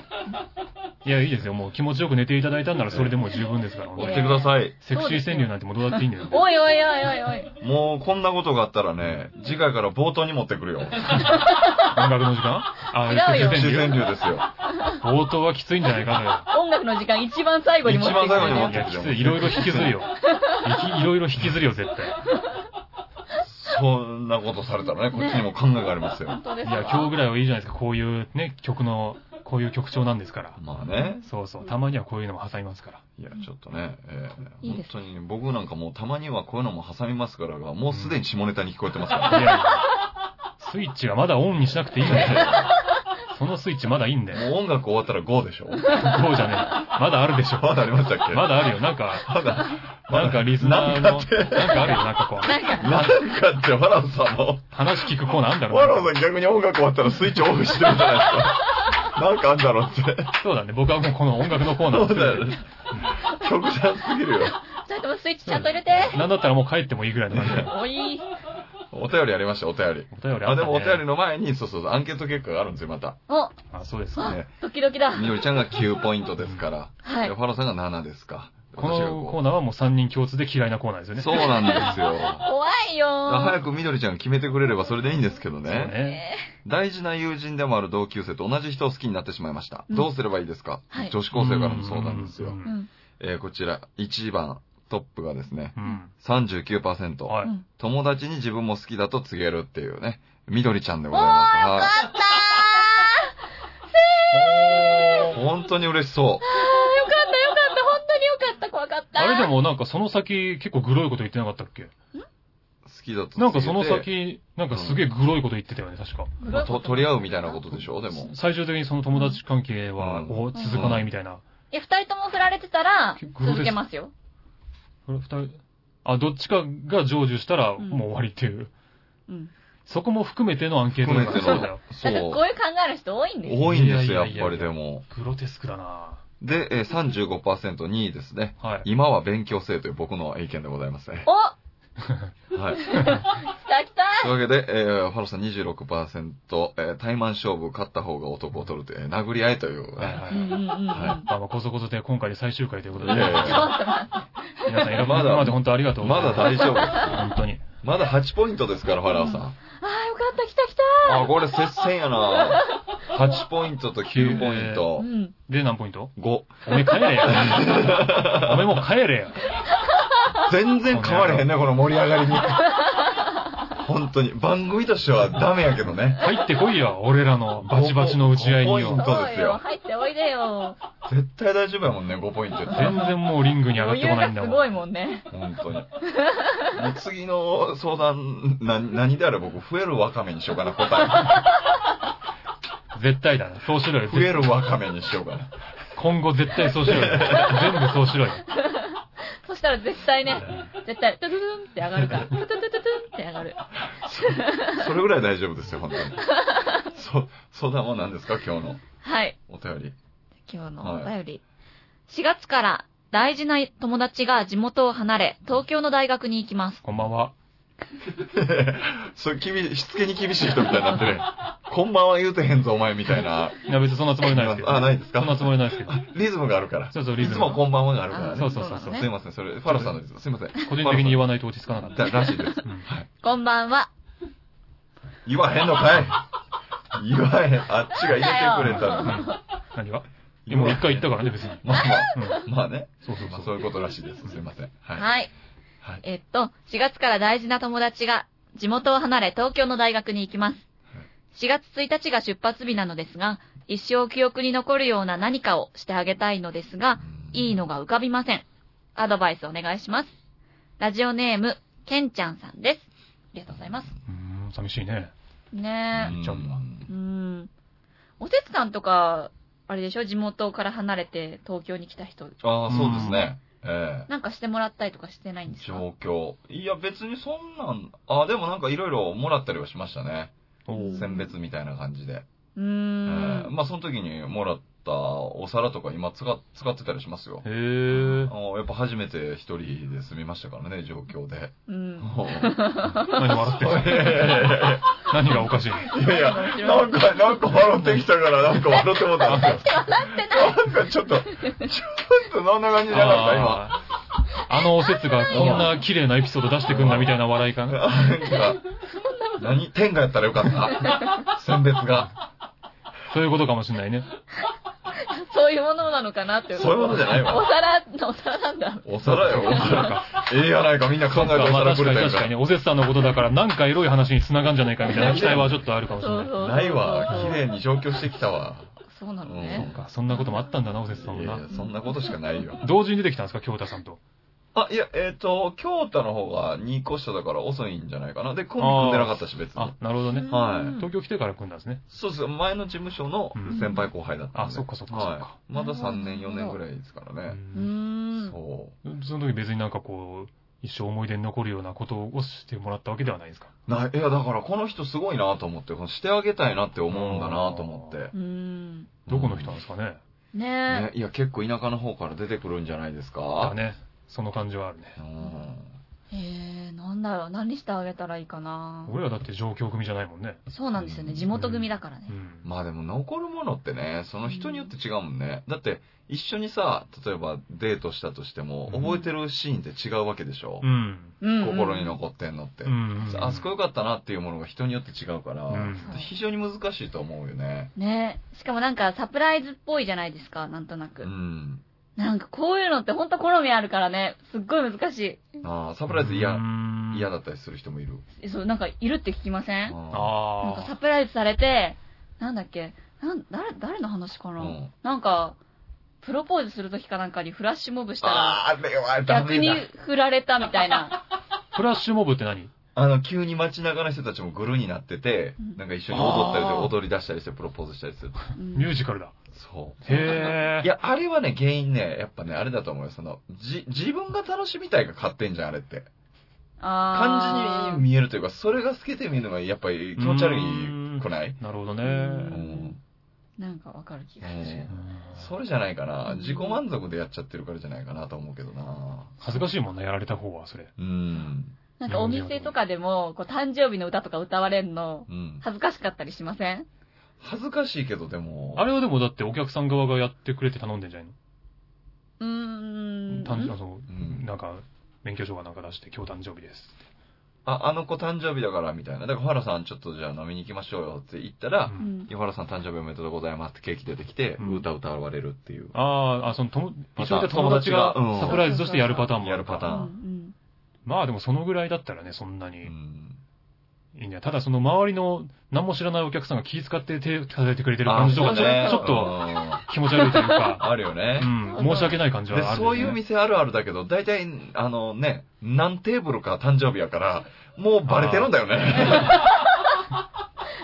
A: いや、いいですよ。もう気持ちよく寝ていただいたんならそれでもう十分ですから、本当
B: 起き
A: に
B: てください。
A: セクシー川柳なんてもうどうだっていいんだよ。
C: おいおいおいおいおい。
B: もうこんなことがあったらね、次回から冒頭に持ってくるよ。
A: 音楽の時間あ、
C: 違うよ
A: セク
B: 自
A: シー川
B: 然
A: 柳。
B: 流ですよ。
A: 冒頭はきついんじゃないかな
C: 音楽の時間一番最後に持ってく
B: 一番最後
A: よ。
B: に持っ
C: る
A: い
B: て
C: ね。
A: や、きつい。いろいろ引きずるよ。いきいろいろ引きずるよ、絶対。
B: そんなことされたらね、こっちにも考えがありますよ
C: 本。当で
A: い
C: すか
A: や、今日ぐらいはいいじゃないですか。こういうね、曲の、こういう曲調なんですから。
B: まあね。
A: そうそう。たまにはこういうのも挟みますから。
B: いや、ちょっとね、えー
C: いいで
B: 本
C: す
B: 当に僕なんかもうたまにはこういうのも挟みますからが、もうすでに下ネタに聞こえてますから
A: いやいやスイッチはまだオンにしなくていいんだよ。そのスイッチまだいいんだよ。
B: もう音楽終わったら GO でしょ
A: そうじゃねえ。まだあるでしょ。
B: まだありましたっけ
A: まだあるよ。なんか、
B: まだ、
A: なんかリスナーの、なん
B: なん
A: かあるよ。なんかこう、
B: なんかって、ワランさんの、
A: 話聞くコーナーあんだ
B: ワラン
A: ろ
B: さん逆に音楽終わったらスイッチオフしてるじゃないですか。なんかあんだろうって。
A: そうだね。僕はもうこの音楽のコーナ
B: そうだ
A: ー
B: よね。曲じゃすぎるよ。
C: ちょっともうスイッチちゃんと入れて。
A: なんだったらもう帰ってもいいぐらいの感じだよ。
C: おい。
B: お便りありました、お便り。
A: お便りあ
B: あ、
A: った、ね。
B: でもお便りの前に、そうそうそう、アンケート結果があるんですよ、また。
C: お、
A: あ、そうです
C: あ
A: ね。
B: ね
C: ドキドキだ。
B: みのりちゃんが9ポイントですから。
C: はい
B: でファラさんが7ですか。
A: こ
B: 私が
A: の
B: こう
A: コーナーはもう3人共通で嫌いなコーナーですよね。
B: そうなんですよ。
C: 怖いよー。
B: 早くみどりちゃんが決めてくれればそれでいいんですけど
A: そう
B: ね。
A: ね。
B: 大事な友人でもある同級生と同じ人を好きになってしまいました。
C: うん
B: どうすればいいですか、
C: はい
B: 女子高生からの相談です
A: う
B: よ。
C: うんん。
B: えーこちら、1番、トップがですね、
A: うん。
B: 39%、
A: はい。
C: うん
B: 友達に自分も好きだと告げるっていうね、みどりちゃんで
C: お
B: ご
C: ー、
B: ざい
C: よ
B: ます。は
C: かったー
B: い本当に嬉しそ
C: あーよかったよかった、本当によかった、怖かった。
A: あれでもなんかその先結構グロいこと言ってなかったっけ
B: う。好きだと告げて。
A: なんかその先、なんかすげえグロいこと言ってたよね、確か。
C: グ
B: ま
C: ロ
B: あ
C: いこと
B: 取り合うみたいなことでしょでも。
A: 最終的にその友達関係は、
B: うん
A: お続かないみたいな。
C: いや、二人とも振られてたら
A: 結、構です
C: 続けますよ。
A: これ二人、あ、どっちかが成就したら
C: うん
A: もう終わりっていう。
C: うん。
A: そこも含めてのアンケート
B: 含
A: だ
B: め
A: か
B: て
A: らそうだよ
B: の。。
C: だからこ
B: そう
C: いう考える人多いんです
B: う。
C: よ。
B: 多いんです
A: い
B: よ、
A: やいや
B: やっ
A: いや
B: ぱりでも。
A: グロテスクだな
B: で、えー35%、2位ですね。
A: はい。
B: 今は勉強せいという僕の意見でございますね。
C: お
B: はい。
C: 来た来た
B: というわけで、えー、ファロさん26%、えー、対マン勝負勝った方が男を取るという、えー殴り合いという、
A: はい
B: ね。
A: は
C: うんうん
A: い。
C: うんうん。
B: は
A: まあまあ、こそこそで今回で最終回という ことで、
B: いやいやい
A: 皆
B: や
A: さん選ば
B: ま
A: れ
B: だ
A: てまで本当ありがとうござ
B: ま
A: いま
B: だ
A: す。
B: 大丈夫です。
A: 本当に。
B: まだ8ポイントですから、ファラーさん。
C: ああ、よかった、来た来た。
B: あ、これ接戦やな8ポイントと9ポイント
C: う。ん。
A: で、何ポイント
B: 5。
A: おめえ帰 れや。おめえもう帰れや。
B: 全然変われへんね、この盛り上がりに。本当に。番組としてはダメやけどね。
A: 入ってこいよ、俺らのバチバチの打ち合いに
B: 5ポイン
A: よ
B: ト。そうですよ
C: 入っておいでよ。
B: 絶対大丈夫やもんね、5ポイントやったら
A: 全然もうリングに上がっ
C: 余
A: てこ
C: 裕
A: ない
C: が
A: んだ
C: す
A: もん。
C: ごいもんね。
B: 本当に。もう次の相談、な、何であれ僕、増えるワカメにしようかな、答
A: 絶対だな。そうしろよ
B: え。。増えるワカメにしようかな。
A: 今後絶対そうしろよ。全部そうしろよ。
C: そしたら絶対ね、絶対、トゥトゥトゥンって上がるから。トゥトゥトゥトゥンって上がる。
B: それぐらい大丈夫ですよ、本当に。そ、相談は何ですか、今日の
C: はい。
B: お便り。
C: 今日のお便り。4月から大事な友達が地元を離れ、東京の大学に行きます。
A: こんばんは。
B: それ、厳ししつけに厳しい人みたいになってね。こんばんは言うてへんぞ、お前、みたいな。
A: いや、別にそんなつもりないですけど。
B: あ、ないです
A: そんな
B: か
A: つもりないですけど。
B: リズムがあるから。
A: そうそうリズム
B: いつもこんばんはがあるからね。
A: そうそうそうそう
C: ね
B: すいません、それ、ファラさんのリズム。すいません。
A: 個人的に言
B: わ
A: わないと落ち着かなかった。
B: だらしいです。
A: うん
B: はい。
C: こんばんは。
B: 言わへんのかい言わへん。あっちが入れてくれたのに。
A: 何がいやもう一回言ったからね、別に。うん。
B: まあまあ、 まあね。
A: そうそう
B: まあ
A: そ。
B: そうういうことらしいです。すいません。はい。
C: はい。
B: はい
C: えっと、4月から大事な友達が地元を離れ東京の大学に行きます。4月1日が出発日なのですが、一生記憶に残るような何かをしてあげたいのですが、いいのが浮かびません。アドバイスお願いします。ラジオネーム、けんちゃんさんです。ありがとうございます。
A: うーん、寂しいね。
C: ね
A: うん
C: え。
A: ちゃんは
C: うーん。おせつさんとか、あれでしょ地元から離れて東京に来た人、
B: ああ、そうですね。ええ
C: なんかしてもらったりとかしてないんですか
B: 状況。いや、別にそんなん、ああ、でもなんかいろいろもらったりはしましたね。
A: お
C: う
A: ー
C: ん
B: 選別みたいな感じで。
C: うー
B: ええ
C: ん。
B: まあ、その時にもらったお皿とか今使っ使ってたりしますよ。
A: へえ
B: あ。のやっぱ初めて一人で住みましたからね、状況で。
C: うん。
A: 何笑ってんの何がおかしいの
B: いやいや、なんか、なんか笑ってきたから、なんか笑ってもうたんですよ。なんかちょっと、ちょっと、そんな感じじゃなかっ
A: あーあのお節がこんな綺麗なエピソード出してくんなみたいな笑いか
B: た、今。
A: な。
B: なんか、何天下やったらよかった。選別が。
A: そういうことかもしんないね。
C: そういうものなのかなって。
B: そういうものじゃないわ
C: お皿の、お皿なんだ。
B: お皿よ、お皿。ええやないか、みんな考えてお
A: まあ
B: 皿く
A: 確か
B: れ
A: に
B: たん
A: 確かに、お節さんのことだから、なんかエロい話に繋がんじゃないかみたいな期待はちょっとあるかもしれない。
C: そう
B: ないわ、綺麗
C: に。
B: に上京してきたわ。
C: そうなの
B: う
A: そ
C: ね
A: う。か、そんなこともあったんだな、お節
B: い
A: さんも
B: やい
A: な
B: や。そんなことしかないよ。
A: 同時に出てきたんですか、京太さんと。
B: あ、いや、えっ、と、京太の方が2個下だから遅いんじゃないかな。で、コンビ組んでなかったし、別に
A: あ。、なるほどね。
B: はい
A: 東京来てから来んだんですね。
B: そうですよ前の事務所の先輩後輩だったんで。
A: うんあそっかそっか
B: はい
A: そっか
B: まだ3年、4年ぐらいですから
A: う
B: ね。
C: うー
A: ん
C: ん。
B: そ
A: その時別になんかこう、一生思い出に残るようなことをしてもらったわけではないんですか。
B: う。ないや、だからこの人すごいなと思って、このしてあげたいなって思うんだなと思って。
C: うーん。
A: どこの人なんですかね。
C: ね
B: ね、いや、結構田舎の方から出てくるんじゃないですか
A: だ。ね。その感じはあるね。
B: うん
C: え。えー、なんだろう。何してあげたらいいかな。
A: 俺らだって上京組じゃないもんね。
C: そうなんですよね。地元組だからね
A: う。ん。
B: まあでも残るものってね、その人によって違うもんね。だって、一緒にさ、例えばデートしたとしても、
A: うん
B: 覚えてるシーンって違うわけでしょ
A: う。ん。
C: うんうん
B: 心に残ってんのって
A: う。ん。
B: あそこ良かったなっていうものが人によって違うから、
A: うん
B: 非常に難しいと思うよね。
C: ねしかもなんかサプライズっぽいじゃないですか、なんとなく。
B: うん。
C: なんかこういうのってほんと好みあるからね、すっごい難し
B: ああ、サプライズ嫌、嫌だ
A: っ
B: ったりする人もいる。
C: い。そう、なんかいるって聞きません
B: あ
C: なんかサ
A: あ
C: プライズされて、なんだっけ、なん、誰、誰の話かな、
B: うん
C: なんか、プロポーズするときかなんかにフラッシュモブしたら、
B: あ、あれはダ
C: 逆
B: メ
C: に
B: だ。
C: 振られたみた いな。
A: あ。フラッシュモブって何
B: あの、急に街中の人たちもグルになってて
C: うん、
B: なんか一緒に踊ったり
A: あー
B: 踊り出したりしてプロポーズしたりする。
C: うん
A: ミュージカルだ。
B: そう。
A: へえ。
B: いや、あれはね、原因ね、やっぱね、あれだと思うよ。その、じ、自分が楽しみたいが勝ってんじゃん、あれって。
C: あ
B: 感じ
C: ー
B: に見えるというか、それが透けて見えるのが、やっぱり気持ち悪いくない
A: なるほどね。
B: う
C: うん
B: ん。
C: なんかわかる気
B: う
C: がする。
B: ん。それじゃないかな。自己満足でやっちゃってるからじゃないかなと思うけどな。
A: 恥ずかしいもんな、やられた方は、それ。
B: うん。
C: なんかお店とかでも、こう誕生日の歌とか歌われるの、
B: うん。
C: 恥ずかしかったりしません
B: 恥ずかしいけど、でも。
A: あれはでもだってお客さん側がやってくれて頼んでんじゃないう
C: ー
A: の
C: ん。
A: 誕生、その
B: ん
A: なんか、免許証がなんか出して、今日誕生日です。
B: あ、あの子誕生日だから、みたいな。だから、原さん、ちょっとじゃあ飲みに行きましょうよって言ったら、
A: う
C: うんん。
B: ヨハラさん誕生日おめでとうございますってケーキ出てきて、
A: うん
B: 歌歌われるっていう。
A: あーあ、その、とも、
B: ま
A: 一
B: た
A: 緒にいた友達が
B: 友達がうん
A: サプライズとしてやるパターンもあ
B: やる
A: る
B: パタ
C: う
B: ー
C: ん
B: ン。
C: うん
A: まあでもそのぐらいだったらね、そんな
B: う
A: に
B: ん。
A: いいんだよ。ただその周りの何も知らないお客さんが気遣って手叩いてくれてる感じとか、ちょ
B: あ
A: ちょっ
B: そう
A: と
B: ねうん
A: 気持ち悪いというか、
B: あるよ ね
A: う。ん、申し訳ない感じ
B: で
A: はある
B: そ
A: よ
B: う
A: ね、
B: いう店あるあるだけど、大体、あのね、何テーブルか誕生日やから、もうバレてるんだよね。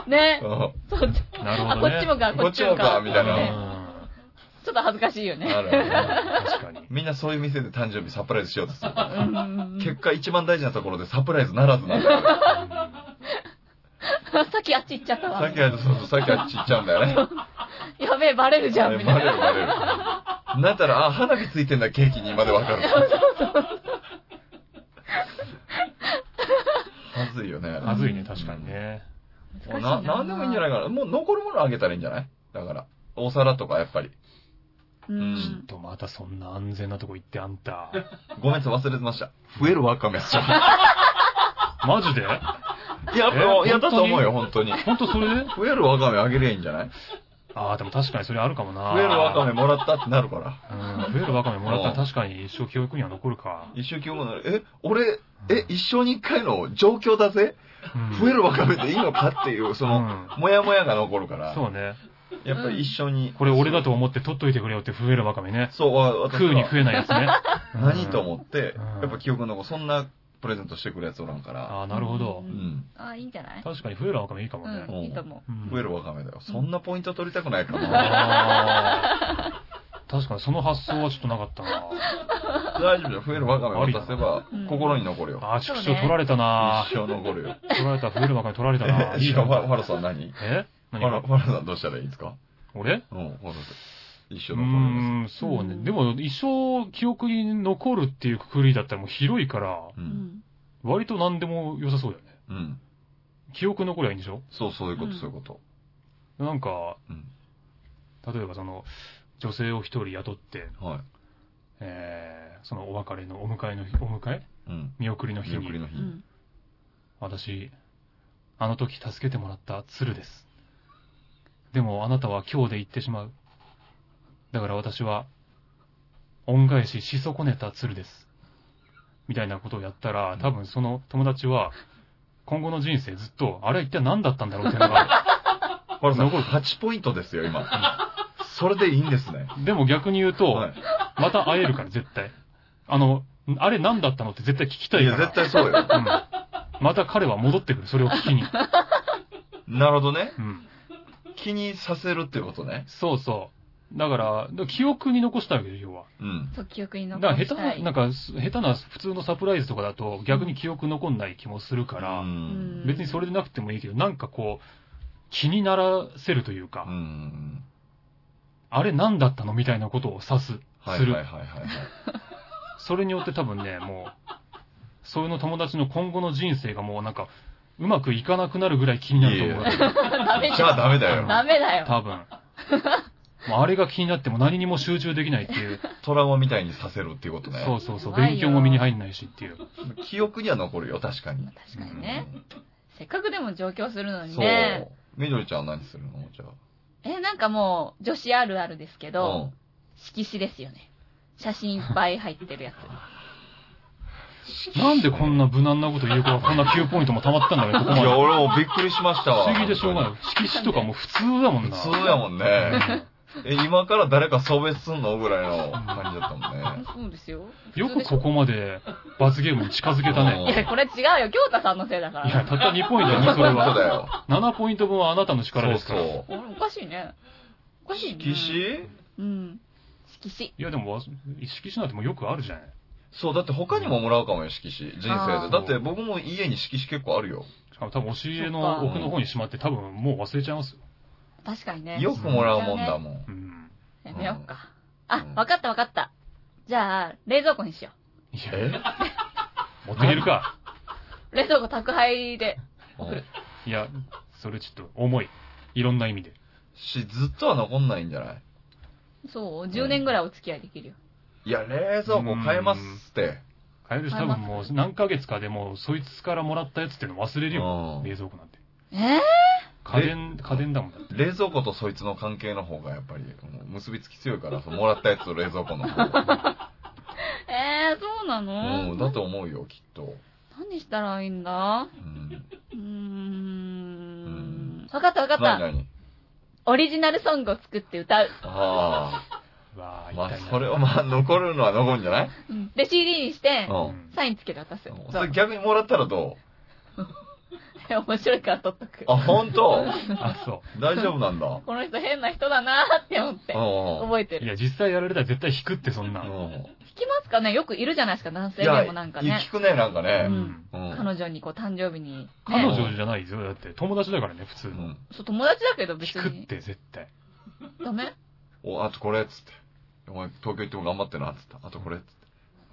C: ね
B: うん
C: そうちょ
A: なるほ
C: あ、
A: ど
C: こ
A: ね。
C: っちもか、こっちも
B: こっちもか
C: か、
B: みたいな
C: ね
A: うん
C: ちょっと恥ずかしいよね。
B: あるある
A: 確かに。
B: みんなそういう店で誕生日サプライズしようとする。
C: うんうんうん
B: 結果一番大事なところでサプライズならずなんだよね。
C: さっきあっち行っちゃった
B: さ
C: わ
B: っ。きは、そうそうさっきはちっちゃうんだよね。
C: やべえ、バレるじゃ
B: バ
C: ん、
B: レ
C: み
B: る
C: たいな。
B: バレる。なんたら、あ、花火ついてんだ、ケーキにまでわかる。はずいよね。
A: まずいね、確かにね。
C: 難しい
B: な、なんでもいいんじゃない
C: い
B: かな。もう残るものあげたらいいんじゃないだから。お皿とかやっぱり。
C: う
A: ちょ
C: ん
A: っ。とまたそんな安全なとこ行ってあんた。
B: ごめんなさい、忘れてました。増えるワカメっすよ
A: マジで
B: い や、
A: え
B: もういや、
A: 本当
B: だ
A: に
B: と思うよ、本当に。
A: 本当それで
B: 増えるワカメあげりゃいいんじゃない
A: ああ、でも確かにそれあるかもな。
B: 増えるワカメもらったってなるから。
A: うん、増えるワカメもらったら確かに一生記憶には残るか。
B: 一生気もなる。え、俺、え、一生に一回の状況だぜ増えるワカメでいいのかっていう、そ
A: うん
B: の、もやもやが残るから。
A: そうね。
B: やっぱり一緒に。
A: これ俺だと思って取っといてくれよって増えるワカメね。
B: そう、わ私は
A: 食うに食えないやつね。
B: 何と思って、
A: うん
B: やっぱ記憶の残るそんなプレゼントしてくるやつおらんから。
A: ああ、なるほど
C: う。
B: うんん。
C: あ、いいんじゃない
A: 確かに冬の赤もいいかも
C: う
A: ね。
C: ん、いいと思
A: うん
B: 増えるわかめだよ。そんなポイント取りたくないか な。
A: あー確かにその発想はちょっとなかったな。
B: 大丈夫だよ。増えるわかめ渡せば
C: うん、
B: 心に残るよ。
A: ああ、畜生取られたな。
B: 一生残 るよ。
A: 取られた、冬の赤に取られた な。
B: え、
A: い
B: し
A: い
B: か
A: か
B: も、フ
A: も。
B: ァファロさん何フ
A: え何
B: ァロ
A: が
B: ファロさんどうしたらいいですか
A: 俺
B: うん、ファロさん。一生
A: うー
B: 残るんで
A: ん、そう
C: う
A: ね。
C: ん
A: でも、一生記憶に残るっていうくくりだったらもう広いから、
B: す。う。
C: う。うんん。
A: 割と何でも良さそうだよね。
B: うん。
A: 記憶残りゃいいんでしょ
B: そう、そういうこ
C: う
B: と、
C: ん
B: そういうこと。
A: なんか、
B: うん。
A: 例えばその、女性を一人雇って、
B: はい。
A: えー、そのお別れのお迎えの日、お迎え
B: うん。
A: 見送りの日
B: 見送り
A: に、
B: の日
C: う。ん。
A: 私、あの時助けてもらった鶴です。でもあなたは今日で行ってしまう。だから私は、恩返しし損ねた鶴です。みたいなことをやったら、多分その友達は、今後の人生ずっと、あれは一体何だったんだろうっていうの が、
B: ファロさん、8ポイントですよ、 今。それでいいんですね。
A: でも逆に言うと、
B: はい
A: また会えるから絶対。あの、あれ何だったのって絶対聞きたい
B: い
A: か
B: や、
A: ら。
B: 絶対そうよ。
A: うん。また彼は戻ってくる、それを聞きに。
B: なるほどね。
A: うん。
B: 気にさせるってことね。
A: そうそう。だから、だから記憶に残したいわけでしょ、要は。
B: うん。
C: そう、記憶に
A: だ
C: 残
A: から下手
C: した
A: な、
C: い。
A: なんか、す下手な普通のサプライズとかだと逆に記憶残んない気もするから、
B: うん。
A: 別にそれでなくてもいいけど、なんかこう、気にならせるというか、
B: うん。
A: あれ何だったのみたいなことを指す、
B: はい
A: す
B: はい
A: る。
B: はいはいはい。
A: それによって多分ね、もう、そういうの友達の今後の人生がもうなんか、うまくいかなくなるぐらい気になると思う。
C: ダメ
B: じゃあダメだよ。
C: ダメだよ。
A: 多分。もうあれが気になっても何にも集中できないって いう。
B: トラウマみたいにさせるっていうことね。
A: そうそうそう。
C: 怖いよ
A: 勉強も身に入んないしっていう。
B: 記憶には残るよ、確かに。
C: 確かにね。せっかくでも上京するの
B: うん。
C: に
B: そう
C: ね。。
B: みどりちゃんは何するのじゃ
C: え、なんかもう、女子あるあるですけ
B: あ。
C: ど、色紙ですよね。写真いっぱい入ってるや
A: なんでこんな無難なこと言う子がこんな9ポイントも溜まったんだね、こ
B: う
A: こ
B: ん。いや、
A: まで。
B: 俺もびっくりしました
A: 不
B: わ。
A: 思議でしょうがない。色紙とかもう普通だもん
B: 普
A: な。
B: 通やもんね。
A: うん
B: え、今から誰か送別すんのぐらいの感じだったもんね
C: つ。。 そうですよ。
A: よくこ
C: こ。
A: こまで罰ゲームに近づけた
B: う
A: ね
B: ん。
C: いや、これ違うよ。京太さんのせいだか
A: いや、
C: ら。
A: たった2ポイントだね、そ
B: ポイ
A: れ
B: ントだ
A: は。
B: よ。
A: 7ポイント分はあなたの力
B: そう
A: ですから。
B: そう。
C: あれおかしいね。おかしいね。
B: 色紙
C: うん。色紙。
A: いや、でも、わ色紙なんてもうよくあるじゃない。
B: そう、だって他にももらうかもよ、色紙。人
C: あ
B: 生
C: ー
B: で。だって僕も家に色紙結構あるよ。
A: しかも多分、押し入れの奥の方にしまって、多分もう忘れちゃいますよ。
C: 確かにね。
B: よくもらうもんだもん。
A: うん。
C: やめよっか。
B: う
C: あ
B: ん、
C: わかったわかった。じゃあ、冷蔵庫にしよ
A: いや
B: え
A: 持っていけるか。
C: う。冷蔵庫宅配で。
B: うん
A: いや、それちょっと重い。いろんな意味で。
B: し、ずっとは残んないんじゃない
C: そう、10年ぐらいお付き合いできるよ。
B: いや、冷蔵庫買えますって。
A: あれでしょ多分もう何ヶ月かでもうそいつからもらったやつっていうの忘れるよ。
B: うん
A: 冷蔵庫なんて。
C: えー
A: 家電、家電だもんだって。
B: 冷蔵庫とそいつの関係の方がやっぱりもう結びつき強いから、そうもらったやつと冷蔵庫の方が。
C: えー、そうな
B: う
C: の
B: ん、だと思うよ、きっと。
C: 何したらいいん
B: う
C: だ
B: ん。
C: うーん
B: ん。
C: わかったわかっ
B: なに
C: た。
B: なに
C: オリジナルソングを作って歌う。
B: あ
A: わあ、
B: あ。
A: 痛
B: ま
A: いな、
B: あそれはまあ残るのは残るんじゃない
C: で、CD にして
B: う、。
A: うんん。
C: サインつけて渡す。
B: そ
C: そう
B: れ逆にもらったらど
C: 面白いから撮っとく
B: う。あ、本当
A: あ、そ
B: 大丈夫なんだ。
C: この人変な人だなーって思って
B: う。ん。
C: 覚えて
A: う。い
C: る。
A: や、実際やられたら絶対引くって、そんな。
B: うんん
C: 聞きますかねよくいるじゃないですか、男性
B: い
C: で
B: や、
C: もなんかね
B: 聞。くね、なんか
A: う
B: ね。
A: ん。
B: うん。
C: 彼女にこう誕生日に、
A: 彼
C: ね。
A: 女じゃないですよ。だって友達だからね、普通
B: う
A: の
B: ん。
C: そう、友達だけど別
A: 引くっ
C: に。
A: て絶対。
C: ダメ
B: お、あとこれ、つって。お前、東京行っても頑張ってな、つって。あとこれ、つって。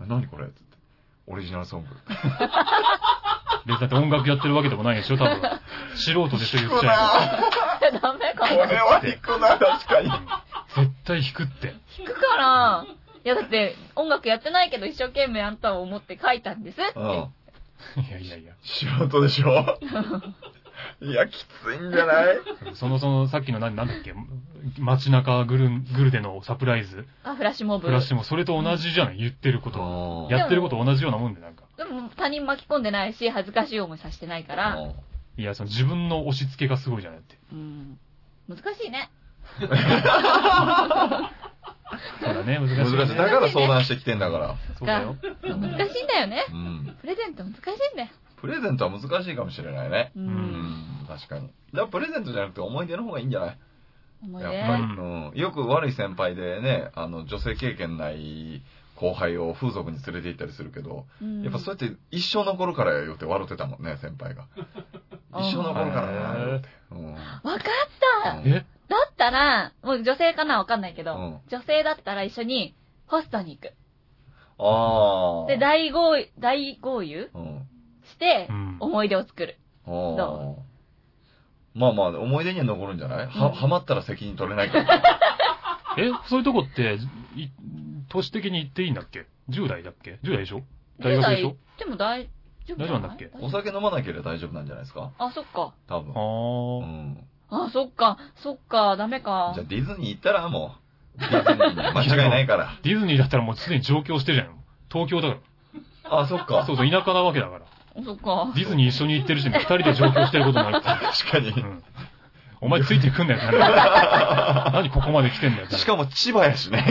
B: 何これ、つって。オリジナル ソング。
A: 別にだって音楽やってるわけでもないでしょ、多 分。素人でしょ、言っちゃ
B: な
C: えダメか
B: こ
C: な
B: れは引くな、確かに。
A: えば。絶対引くって。
C: 聞くから。いや、だって、音楽やってないけど一生懸命あんたを思って書いたんですって。
B: うん。
A: いやいやいや。
B: 素人でし ょいや、きついんじゃない
A: その、その、さっきの何、なんだっけ、街中グルングルでのサプライズ、
C: あ、フラッシュモブ。
A: フラッシュもそれと同じじゃない言ってること。
B: と
A: やってること同じようなもんで、なんか。
C: でも他人巻き込んでないし、恥ずかしい思いさせてないから、
A: いや、その自分の押し付けがすごいじゃないって。
C: うん。難しいね。
A: そうだね、難しい、ね。
B: 難しい。だから相談してきてんだから。
A: そうだよ。
C: 難しいんだよね
B: う。ん。
C: プレゼント難しいんだよ。
B: プレゼントは難しいかもしれないね。
C: う。
B: うんん、確かに。だからプレゼントじゃなくて思い出の方がいいんじゃない
C: 思い
B: や
C: 出。
B: っぱり、
A: う
B: うん。よく悪い先輩でね、あの、女性経験ない後輩を風俗に連れて行ったりするけど、
C: うん
B: やっぱそうやって一生残るからよって笑ってたもんね、先輩が。一生残るからなよって。うん。
C: わかっ
B: う
C: ただ
B: ん
A: え
C: ったら、もう女性かなわかんないけど、
B: うん
C: 女性だったら一緒にホストに行く。
B: ああ。
C: で、大豪遊、大豪遊
B: うん。
C: して
A: う、ん。
C: 思い出を作る。
B: あ
C: ど
B: あ。まあまあ、思い出には残るんじゃない
C: うん
B: は、はまったら責任取れないから。
A: え、そういうとこって、い都市的に行っていいんだっけ ?10 代だっけ ?10 代でしょ大学でしょ
C: 10代でも大丈夫じゃな
A: 大
C: い
A: 丈夫なんだっけ
B: お酒飲まなければ大丈夫なんじゃないですか
C: あ、そっか。
B: 多分。う
A: あ
B: ん。
C: あ、そっか。そっか。ダメか
B: じゃ。あディズニー行ったらもう。ディズニーに間違いないから
A: あ。。ディズニーだったらもうすでに上京してるじゃん。東京だか
B: あ、そっ
A: ら。
B: か
A: そ。うそう、田舎なわけだから。
C: そっか。
A: ディズニー一緒に行ってる時に二人で上京してることになるから。
B: 確かに
A: う。ん。お前ついてくんなよ、 何何ここまで来てん だよ、
B: しかも千葉やしね。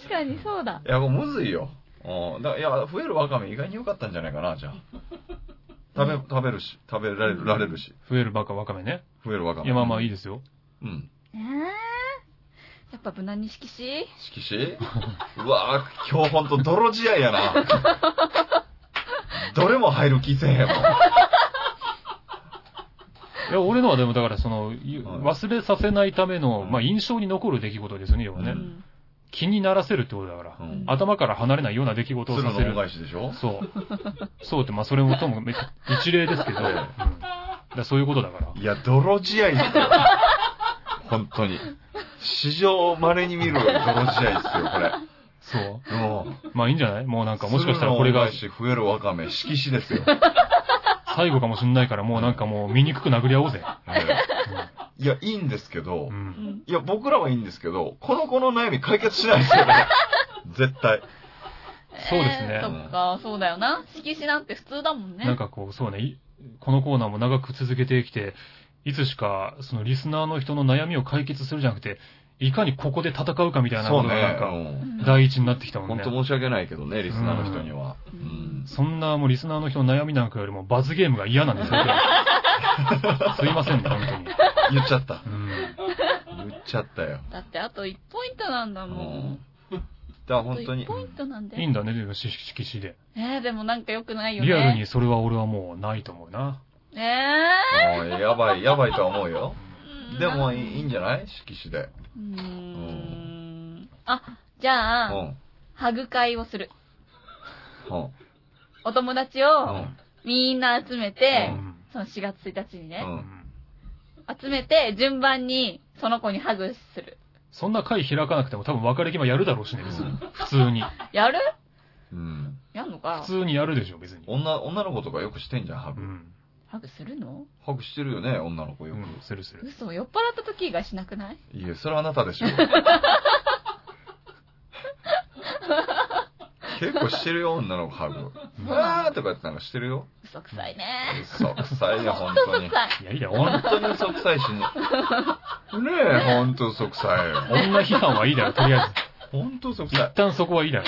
C: 確かにそうだ。
B: いや、もうむずいよ。うん。だいや、増えるワカメ意外に良かったんじゃないかな、じゃあ。食べ、食べるし、食べられる、られるし。
A: 増えるばかわかめね。
B: 増えるワカメ。
A: いや、まあまあいいですよ。
B: うん。
C: えー、やっぱ無難に色紙
B: 色紙うわぁ、今日ほんと泥仕合 やな。どれも入る気せえへんもん。
A: いや、俺のはでもだから、その、ゆ
B: はい
A: 忘れさせないための、
B: うん
A: まあ印象に残る出来事ですね、要はね。
B: う
C: うんん。
A: 気にならせるってことだから
B: う。ん。
A: 頭から離れないような出来事を
B: 鶴
A: さ
B: の
A: せる
B: 恩。返しでしょ
A: そう。そうって、まあそれもともめ一例ですけど、うん、だからそういうことだから。
B: いや、泥仕合ですよ。本当に。史上稀に見る泥仕合ですよ、これ。
A: そう。
B: も
A: まあいいんじゃないもうなんか、
B: う、
A: もしかしたらこれが
B: 鶴の恩返し増えるわかめ、色紙ですよ。
A: 最後かもしんないから、もうなんかもう醜く殴り合おうぜ。
B: ええいや、いいんですけど
A: う、。
C: うんん。
B: いや、僕らはいいんですけど、この子の悩み解決しないですよ ね。絶対。
A: そうですね
C: えーそっか、そうだよな。色紙なんて普通だもんね。
A: なんかこう、そうね、いこのコーナーも長く続けてきて、いつしか、そのリスナーの人の悩みを解決するじゃなくて、いかにここで戦うかみたいな
B: そ
A: こ
B: う
A: とがなん
B: ね。う
A: か、
B: ん
C: うん
A: 第一になってきたもん
B: 本
A: ね
B: 当。申し訳ないけどね、リスナーの人には。
C: う
B: うんん
A: そんなもうリスナーの人の悩みなんかよりも罰ゲームが嫌なんですよ。僕ら すいませんね、本当に。
B: 言っちゃった。
A: うん。
B: 言っちゃったよ。
C: だってあと1ポイントなんだ
B: う
C: もん
B: ん。。だから
C: あと
B: 本当
C: 1
B: に。
C: ポイントなんだ
A: いい
C: よ。
A: んだね、でも、し色紙で。
C: えー、でもなんか良くないよね。
A: リアルにそれは俺はもうないと思うな。
C: えー
B: もうやばい、やばいとは思うよ。
C: うん
B: でもいいいいんじゃない色紙で。
C: うーん。あ、じゃ
B: う
C: あ、
B: ん。
C: ハグ会をする。
B: うん。
C: お友達
B: う
C: を
B: ん。
C: みんな集め
A: う
C: て、
A: ん。
C: その4月1日に
B: う
C: ね、
B: ん。
C: 集めて順番にその子にハグする。
A: そんな会開かなくても多分別れ際やるだろうしね、別に。普通に。
C: やる
B: うん。
C: やんの
A: 普
C: か
A: 通にやるでしょ、別に。
B: 女、女の子とかよくしてんじゃん、ハ
A: う
B: グ。
A: ん。
C: ハグするの
B: ハグしてるよね、女の子
A: う
B: よ
A: ん、するする。
C: 嘘、酔っ払った時以外しなくない
B: く。いや、それはあなたでしょ。結構してるよ、女の子ハグ。
A: うん
B: うわーとかやってなんかしてるよ。
C: 嘘くさいね。
B: 嘘くさいよ、本
C: 嘘
B: 当
C: く
B: に。
C: さい。
A: いやいや、
B: 本
A: 女
B: 当に嘘くさいしね。ねえ、本当嘘くさいよ。
A: 女批判はいいだろ、とりあ
B: 本当嘘
A: え
B: く
A: ず。
B: さ
A: 一
B: い。
A: 旦そこはいいだろ。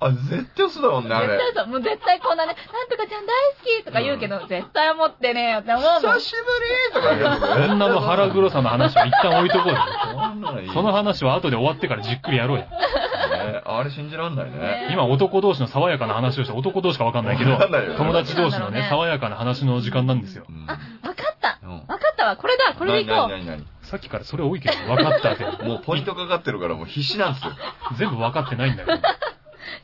B: あ、絶対嘘だもんね、あ
C: 絶対
B: れ。
C: そう。もう絶対こんなね、なんとかちゃん大好きとか言うけど、絶対思ってねえよって思うもん。
B: 久しぶりとか言うけどね
A: 女の腹黒さの話は一旦置いとこうよ。
B: そんなのいい。
A: その話は後で終わってからじっくりやろうよ。
B: ねあれ信じらんないね。
A: 今男同士の爽やかな話をして男同士かわかんないけど
B: わかんないよ、ね
A: 友達同士の
C: なんだろう
A: ね
C: ね、
A: 爽やかな話の時間なんですよ
B: う。ん
C: わかった。
B: うん
C: わかったわ。これだ。これでいこう。
B: 何何
A: さっきからそれ多いけど、分かったって。
B: 何もうポイントかかってるからもう必死なんですよ。
A: 全部分かってないんだよ。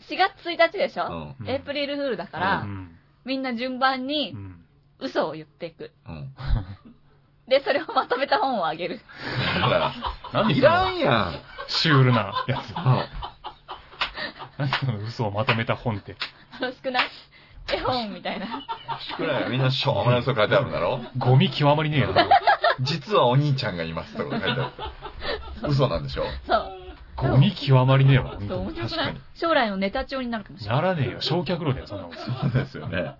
C: 4月1日でしょ、
B: うん
C: エイプリルフールだか
A: う
C: ら、
A: ん。
C: みんな順番
A: う
C: に
A: ん。
C: 嘘を言っていく。
B: うん。
C: で、それをまとめた本をあげる。
B: だか
A: 何
B: ら、い
A: そ
B: ら
A: の
B: んや
A: シュールなやつ。
B: ん。うん
A: 何その嘘をまとめた本って。
C: 楽しくない絵本みたいな。
B: 少ないよみんなしょうもない嘘書いてあるんだろ
A: ゴミ極まりねえよ。
B: 実はお兄ちゃんがいますとか書いてある。嘘なんでしょ
C: そう。
A: ゴミ極まりねえわ。
C: ちょっと面白く
B: 確
C: な
B: か
C: い
B: に
C: 将来のネタ帳になるかもしれない。
A: ならねえよ。焼却炉だよ、そんなもん。
B: そうですよね。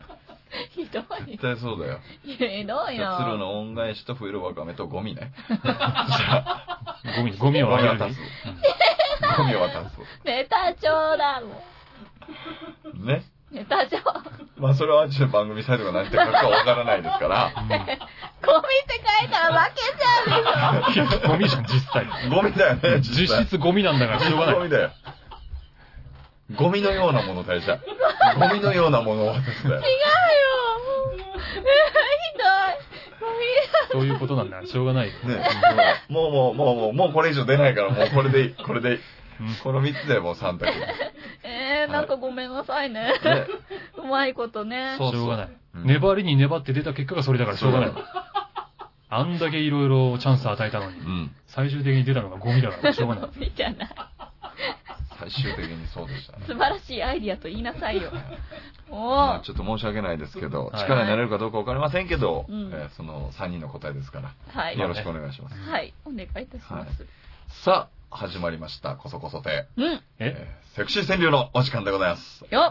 C: ひどい。
B: 絶対そうだよ。
C: ひどい
B: じゃあ鶴
C: な。
B: の恩返しと冬のわかめとゴミね。
A: ゴミ、ゴミを
B: ゴミ
A: あ
B: を
A: げる
B: 渡
A: に
B: す。ゴミを渡す。
C: ネタ帳だも
B: ね。
C: ん。ネタ帳。ゴ
B: まあそれはちょっと番組サイトが何て書くかわからないですから、
C: ミって書いたら負けちゃうでしょ。
A: うんゴミじゃん、実際。
B: ゴミだよね、
A: 実
B: 際
A: 質ゴミなんだから、しょうがな
B: ゴミ
A: い。
B: だよ。ゴミのようなもの大社。ゴミのようなものを渡すだよ。
C: 違うよ。えーひどい。ゴミ
A: そういうことなんだ、しょうがないよ。
B: ね、もうもうもうもうもうこれ以上出ないからもうこれでいいこれでいい
A: うん
B: この3つでもう3択ね
C: えー、なんかごめんなさいね。うまいことね。
B: そう
A: しょうがない。
B: うん
A: 粘りに粘って出た結果がそれだからしょうがない。あんだけいろいろチャンス与えたのに
B: う、ん
A: 最終的に出たのがゴミだからしょうがない
C: ゴ。ミじゃない。
B: 最終的にそうでしたね
C: 素晴らしいアイディアと言いなさいよ。
B: まあ
C: も
B: ちょっと申し訳ないですけど、
A: はい
B: 力になれるかどうかわかりませんけど、
C: うん
B: えーその3人の答えですから、
C: う、はい。
B: よろしくお願いします。
C: はい、お願いいたします。
B: さあ、始まりました、こそこそ亭、
C: うん。
A: え
B: えーセクシー川柳のお時間でございます。
C: よっ。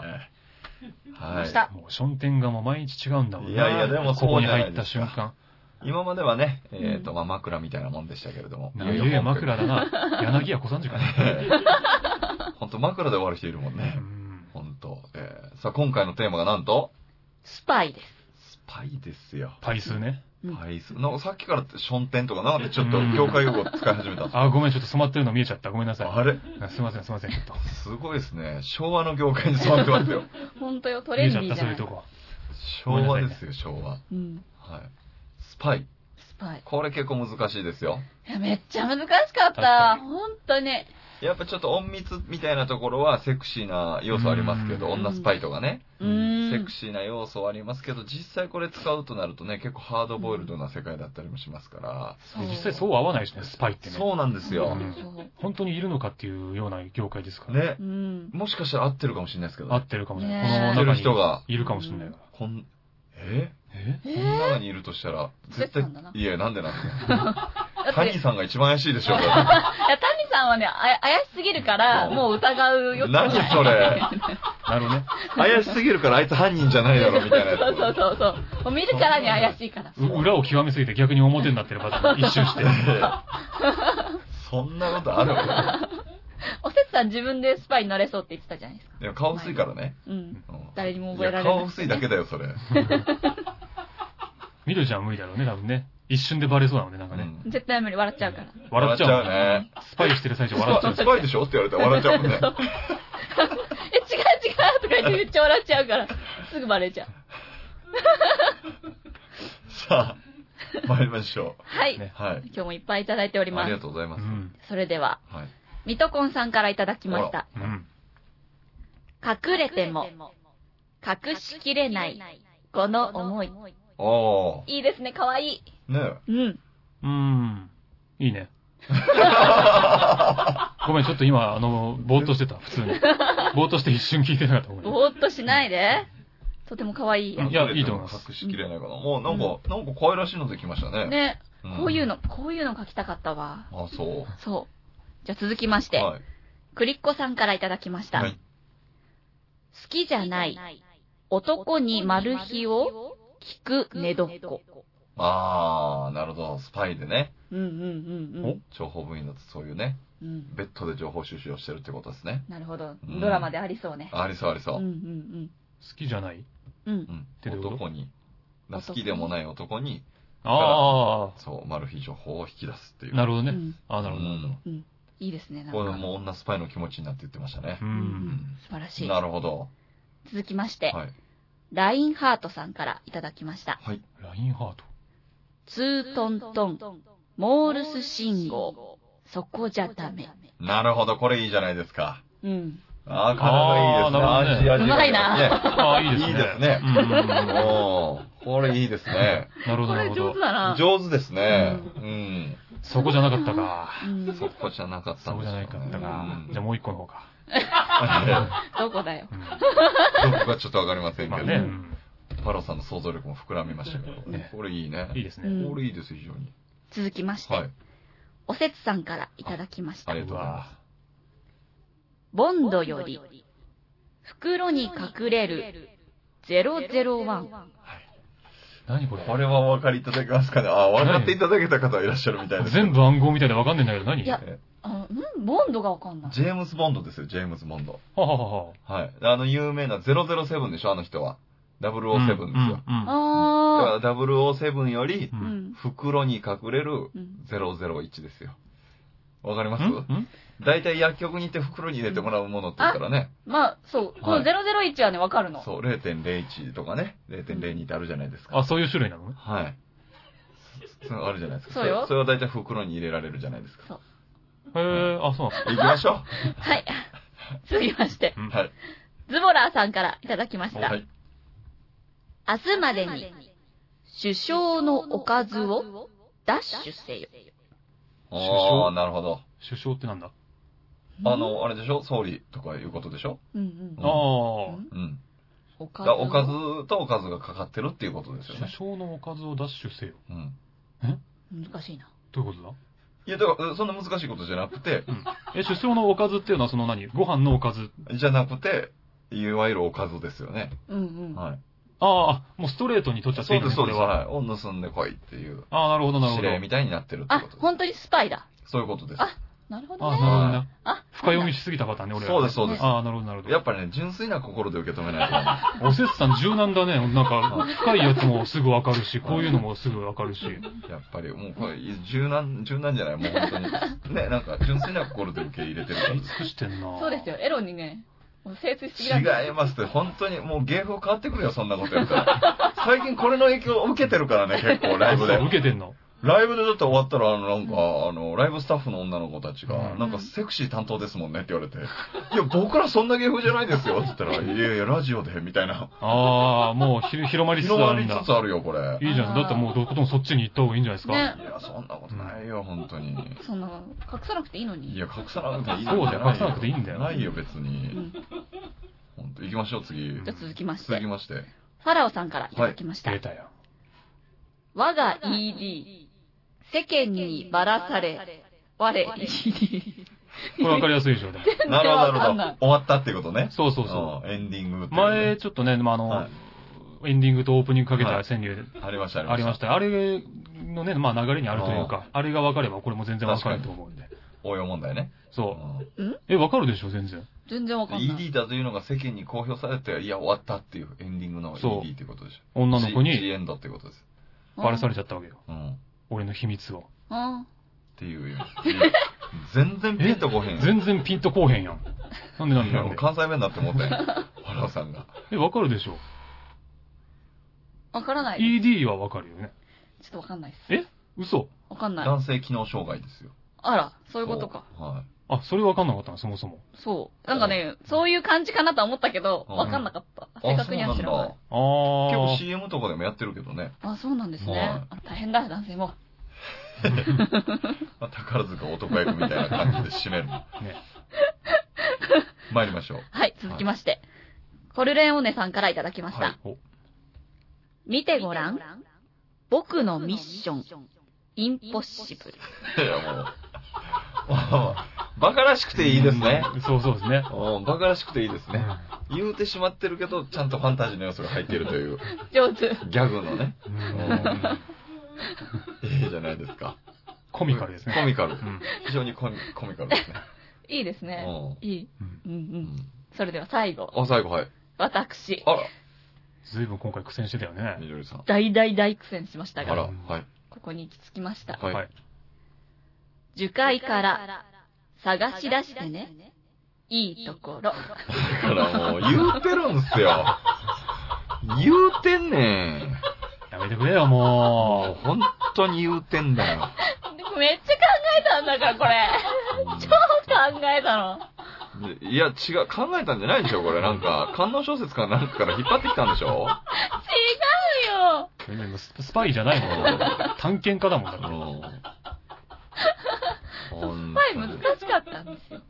B: えー
C: ま
B: は
C: した
B: い。
A: もう、ションテンがもう毎日違うんだもんない
B: やいやでも
A: ここに
B: そうじゃな
A: 入
B: い
A: っ
B: で
A: た
B: すか
A: 瞬間。
B: 今まではね、えっ、と、まあ、枕みたいなもんでしたけれども。
A: なげえ枕だ な。柳家小三治かな。
B: 本当枕で終わる人いるもん
A: う
B: ね。
A: ん
B: 本当えーさあ、今回のテーマがなんと、
C: スパイです。
B: スパイですよ。
A: パイ数ね。
C: うん
B: パイス。なんかさっきからションテンとかなんでちょっと
A: うん
B: 業界用語使い始めたんですか
A: あ、ごめん、ちょっと染まってるの見えちゃった。ごめんな さい。
B: あれ
A: すいません、すいません、ちょっと。
B: すごいですね。昭和の業界に染まってますよ。
C: 本当よ、ト
A: 見
C: レ
A: え
C: ン
A: ち
C: デ
A: ゃっ
C: ィー
A: た、そうい
C: じゃないう
A: とこは。
B: 昭和ですよ、昭和。
C: うん。
B: はい。スパイ。
C: スパイ。
B: これ結構難しいですよ。
C: いや、めっちゃ難しかっ
A: 確か
C: た。本当ね。
B: やっぱちょっと隠密みたいなところはセクシーな要素ありますけど、
A: うん
B: 女スパイとかね、
C: うーん。
B: セクシーな要素はありますけど、実際これ使うとなるとね、結構ハードボイルドな世界だったりもしますから、
C: そう
A: 実際そう合わないしね、スパイってね。
B: そうなんですよ。
A: ん
C: そう。
A: 本当にいるのかっていうような業界ですから。
B: ね
C: う。ん。
B: もしかしたら合ってるかもしれないですけど、
A: 合ってるかもしれない。
C: ねえ
A: この
B: 合って
A: 中
B: る
A: に
B: 人が、
A: いるかもしれないか
B: こん、
A: ら。
B: え
A: え
C: え
B: この中にいるとしたら、絶対
C: そうなんだ、ない
B: や、なんでなんで
C: ー、だって、い
B: 谷
C: や、
B: さんが一番怪しいでしょうから。
C: 谷さんはね、あや怪しすぎるから、
B: うん
C: もう疑う余地は
B: 何
C: ない。
B: それ
A: なるほどね。
B: 怪しすぎるからあいつ犯人じゃないだろみたいなやつ
C: そう そうそうそう。もう見るからに怪しいから。
A: う裏を極めすぎて逆に表になってるパターン一周して。
B: そんなことある
C: おせつさん自分でスパイになれそうって言ってたじゃないですか。
B: いや顔薄いからね、
C: うん。
B: うん
C: 誰にも覚えられない
B: や顔薄いだけだよそれ、
A: みどりちゃんは無理だろうね、多分ね。一瞬でバレそうだもんね、なんかね。
B: うん
C: 絶対無理、笑っちゃうから。
A: 笑っちゃうもん
B: 笑っちゃうね
A: スパイしてる最中笑っちゃう
B: ス。パイでしょって言われたら笑っちゃうもんね
C: え、違う違うとか言ってめっちゃ笑っちゃうから、すぐバレちゃう。
B: さあ参りましょ
C: はい。
A: ね
B: うはい
C: 今日もいっぱいいただいておりま
B: ありが
C: す。
B: とうございま
A: う
B: す、
A: ん。
C: それでは、
B: はい、
C: ミトコンさんからいただきました。
A: うん。
C: 隠れても、隠しきれない、この思い。
B: お
C: いいですね、かわいい。
B: ーね
C: うん。
A: うん。いいね。ごめん、ちょっと今、あの、ぼーっとしてた、普通に。ぼーっとして一瞬聞いてなかった、ごめん。
C: ぼーっとしないで。とてもかわいいよ
A: う。んいやいいと思います
B: 隠しきれないかな、もうなんか、なんか可愛らしいのできましたね
C: ね、
B: ん
C: こういうの、こういうの書きたかったわ。
B: あそ
C: そう。じゃあ続きまし
B: う
C: て、
B: はい
C: クリッコさんからいただきました。
B: はい
C: 好きじ
D: じ
C: ゃ
D: ゃな
C: ない
D: い、
C: 男
D: 男
C: に
D: に
C: マル
D: 丸
C: 秘
D: 日
C: を
D: を
C: 聞く寝
D: 寝床
C: 床。
B: ああなるほどスパイでね
C: うんうんうんうん。
B: 情報部員だとそういうね
C: うん、
B: ベッドで情報収集をしてるってことですね
C: なるほど
B: う。ん
C: ドラマでありそうね。
B: ありそうありそうう、
C: んうん
A: 好きじゃない
C: うん。うん。
B: うん
A: てこと
B: 男に、な
C: 男
B: 好きでもない男に、
A: あ
B: そう、マル秘情報を引き出すってい
A: あ、
B: う。
A: なるほど
C: う
A: ね。
C: ん
A: ああ、なるほど。なるほど
C: いいですね、なん
B: これ
C: か。
B: もう女スパイの気持ちになって言ってましたね
A: う。。
C: うんうんん素晴らしい。
B: なるほど。
C: 続きまして、
B: はい。
C: ラインハートさんからいただきました。
B: はい。
A: ラインハート。
C: ツート
D: ト
C: ン
D: ン
C: ト
D: ト
C: ン、
D: ン、
C: モ
D: モ
C: ー
D: ー
C: ル
D: ル
C: ス
D: ス
C: 信
D: 信
C: 号、
D: 号
C: そこ
D: こ
C: じ
D: じ
C: ゃ
D: ゃ
C: ダ
D: ダ
C: メ
D: メ。。
B: なるほど、これいいじゃないですか。
C: うん。
B: ああ、体がいいですね。
C: あー
B: 味味が
A: ああ、いいですね。
B: いいですね
A: うんうんうん
B: ね。おーこれいいですね。
A: なるほど、
C: こ
A: な
C: れ
A: るほ
C: 上
A: ど
C: 手。だな。
B: 上手ですね。うん。
A: そこじゃなかったか。
C: うん
B: そこじゃなかった
A: そ
B: ん
A: こ
B: で
A: じ
B: す
A: ゃ
B: よ
A: な
B: ね
A: いかったか
B: う。ん
A: じゃあもう一個の方か。
C: どこだよ。
A: う
B: どこかちょっとわかりません
A: んま
B: け
A: あ
B: ど
A: ね、
B: ね。パロさんの想像力も膨らみましたけど
A: ね。
B: これいいね
A: うん。いいです
C: う
A: ね。
C: ん
B: これいいです、非常に。
C: 続きまして、
B: はい。
C: おせつさんからいただきました
B: あ。りがとうございます。
C: ボン
D: 今
C: ド
D: 度
C: よ
D: よ
C: り
D: り、
C: 袋に
D: に
C: 隠れ
D: 隠れ
C: る
D: る、
C: 001。
A: 何これ
B: これはお分かりいただけますかねああ、分かっていただけた方はいらっしゃるみたいです。
A: 全部暗号みたいでわかんないんだけど、何
C: いやあの、んボンドがわかんない。
B: ジェームズ・ボンドですよ、ジェームズ・ボンド。
A: はははは。
B: はい。あの、有名な007でしょ、あの人は。007ですよ。
A: うん
C: あ
B: だから007より
A: う、。
C: ー。うんん。
B: 袋に隠れる
C: うん
B: 001ですよ。わかりま
A: う
B: す
A: んうん
B: 大体薬局に行って袋に入れてもらうものって言ったらね、
C: まあ、そう。この001はね、わかるの。
B: そう、0.01とかね、0.02ってあるじゃないですか。
A: あ、そういう種類なのね。
B: はい。そそうあるじゃないですか。
C: そうよ
B: れそれは大体袋に入れられるじゃないですか。
A: へえ、あ、そうなん
B: 行きましょ
C: はい。 続きまして、
B: う。はい。
C: ズボラーさんからいただきました。
B: はい。
C: 明日までに、首相のおかずをダッシュせよ。
B: ああ、なるほど。
A: 首相ってなんだ
B: あ、の、あれでしょ総理とかいうことでしょ
C: うん
A: あ
B: う
A: あー。
B: ん
C: うん。
B: うん。
C: おかず
B: が
C: を。
B: おかずとおかずがかかってるっていうことですよ
A: 首
B: ね。
A: 相のおかずをダッシュせよ。
B: うん。
C: 難しいな。
A: どういうことだ
B: いや、だから、そんな難しいことじゃなくて、
A: え、首相のおかずっていうのはその何ご飯のおかず。
B: じゃなくて、いわゆるおかずですよね。
C: うんうん。
B: はい。
A: ああ、もうストレートに取っちゃって
B: そ
A: いういの
B: です、
A: ね、これ
B: そうです。
A: は。
B: はい。を盗んでこいっていう
A: ああ、なるほど、なるほ
B: 指
A: ど。
B: 令みたいになってるって
C: あ
B: こと、です。
C: 本当にスパイだ。
B: そういうことです。
C: あなるほど
A: ああ、
C: ね。
A: なるほどね。
C: あ、
A: 深読みしすぎたパターンね、俺ら
B: そうです、そうです。
A: ああ、なるほど、なるほど。
B: やっぱりね、純粋な心で受け止め ないとダメです。
A: おせつさん柔軟だね。なん か、深いやつもすぐわかるし、こういうのもすぐわかるし。
B: やっぱり、もうこれ、柔軟、柔軟じゃない、もう本当に。ね、なんか、純粋な心で受け入れてるから
A: 見尽くしてんな
C: そうですよ。。エロにね、もう精通しすぎなんだ
B: 違いますって、本当にもう芸風変わってくるよ、そんなことやったら。最近これの影響を受けてるからね、結構、ライブで
A: そう。受けてんの。
B: ライブでだって終わったら、あの、なんか、あの、ライブスタッフの女の子たち
A: う
B: が、
A: ん
B: なんかセクシー担当ですもんねって言われて、いや、僕らそんな芸風じゃないですよって言ったら、いやいや、ラジオで、みたいな。
A: ああ、もうひ広まりつつ
B: 広
A: あ
B: ま
A: る
B: り
A: んだ
B: つ。つあるよ、これ。い
A: いいじゃん。だってもうどこともそっちに行った方がいいんじゃないですか。
C: ね。
B: や、そんなことないよ、本当に。
C: そんな、隠さなくていいの
B: い
C: に。
B: や、隠さなくていい
A: そうだよ隠さなくていいんだよ
B: ないよ、別
C: う
B: に。
C: ん。
B: 本当行きましょう、次
A: ん
C: じ。ゃあ続きまし
B: 続き
C: て、
B: まして。
C: ファラオさんからいただきました
A: 出。たよ。
C: 我が ED、世間にばらされ、我 ED。
A: これわかりやすいでしょ、でも。
B: なるほど、な
C: わかん
B: る
C: な
B: ほ
C: い
B: ど。終わったってことね。
A: そうそうそ
B: うん。エンディングって
A: う。
B: いうね
A: 前、、ちょっとね、まああ
B: は
A: の、エンディングとオープニングかけた川柳
B: いありました、。
A: ありましたた。あれのね、まあ流れにあるというか、あれがわかればこれも全然わかると思うんで。
B: 応用問題ね。う
A: そ
B: ん
A: う。え、わかるでしょ、全然。
C: 全然わかんない。
B: ED だというのが世間に公表されて、いや、終わったっていう、エンディングの
A: そう
B: ED っていうことでしょ。
A: 女の子
B: G
A: に
B: エンドっていうことです。
A: バラされ
C: ち
A: ちゃったわけよ。
B: うん。っ
A: 俺の秘密を。
C: ゃ
B: ていう意味です。全然ピンとこへんよ。
A: 全然ピンとこうへんやん。なんでなんでなん
B: も
A: で
B: う関西弁だって 思ったよ。原田さんが。
A: え、わかるでしょ
C: うわからない。
A: ?ED はわかるよね。
C: ちょっとわかんないです。
A: え嘘
C: わかんない。
B: 男性機能障害ですよ。
C: あら、そ
B: そう
C: いうことか。。
B: は
A: あ、それわかんなかったの、そもそも。
C: そう。なんかね、そういう感じかなとは思ったけど、
B: うん
C: わかんなかった。
B: い。
C: 正確には
B: あそ
C: 知
B: う
C: ら
B: な
C: なんい
B: だ。結構
A: あ
B: CM とかでもやってるけどね。
C: あ、そうなんですね
B: は。
C: あ大変だ、男性も。
B: まあ宝塚男役みたいな感じで締める。
A: あ、ね。
B: 参りましょう。
C: はい、続きまして。コルレンオネさんからいただきました。
B: はい
A: お
C: 見てごらん。僕のミッション、インポッシブル。
B: いや、もう。バカらしくていいですね。
A: うんそうそうですね。
B: うん、バカらしくていいです
A: ね
B: ね。言うてしまってるけど、ちゃんとファンタジーの要素が入っているという、
C: 上手。
B: ギャグの ね、
A: うん
B: いいじゃないですか。
A: コミカルですね。
B: コミカル
A: う。ん
B: 非常にコミコミカル ですね。
C: いいですね。
B: う
C: いい。
A: うん
C: う
B: う
C: んう。
B: んん
C: それでは最後。
B: あ、最後、はい。
C: 私、
B: あら、
A: ずいぶん今回苦戦してたよ
B: み
A: ね。
B: どりさん。
C: 大大大苦戦しまし
B: あ
C: た
B: ら、
C: が、
B: はい。
C: ここに行き着きました。
B: はい。
C: 樹海から探し出してね。いいところ。
B: だからもう、言うてるんすよ。言うてんねん。
A: やめてくれよ、も
B: もう、本当に言うてんだよ。
C: でもめっちゃ考えたんだから、これ。超考えたの。
B: いや、違う、考えたんじゃないでしょ、これ。なんか、観音小説かなんかから引っ張ってきたんでしょ
C: 違うよ。
A: う。今ススパイじゃないもん。探検家だもんだ
B: う
A: から。
B: ん。
C: 前難しかったんですよ。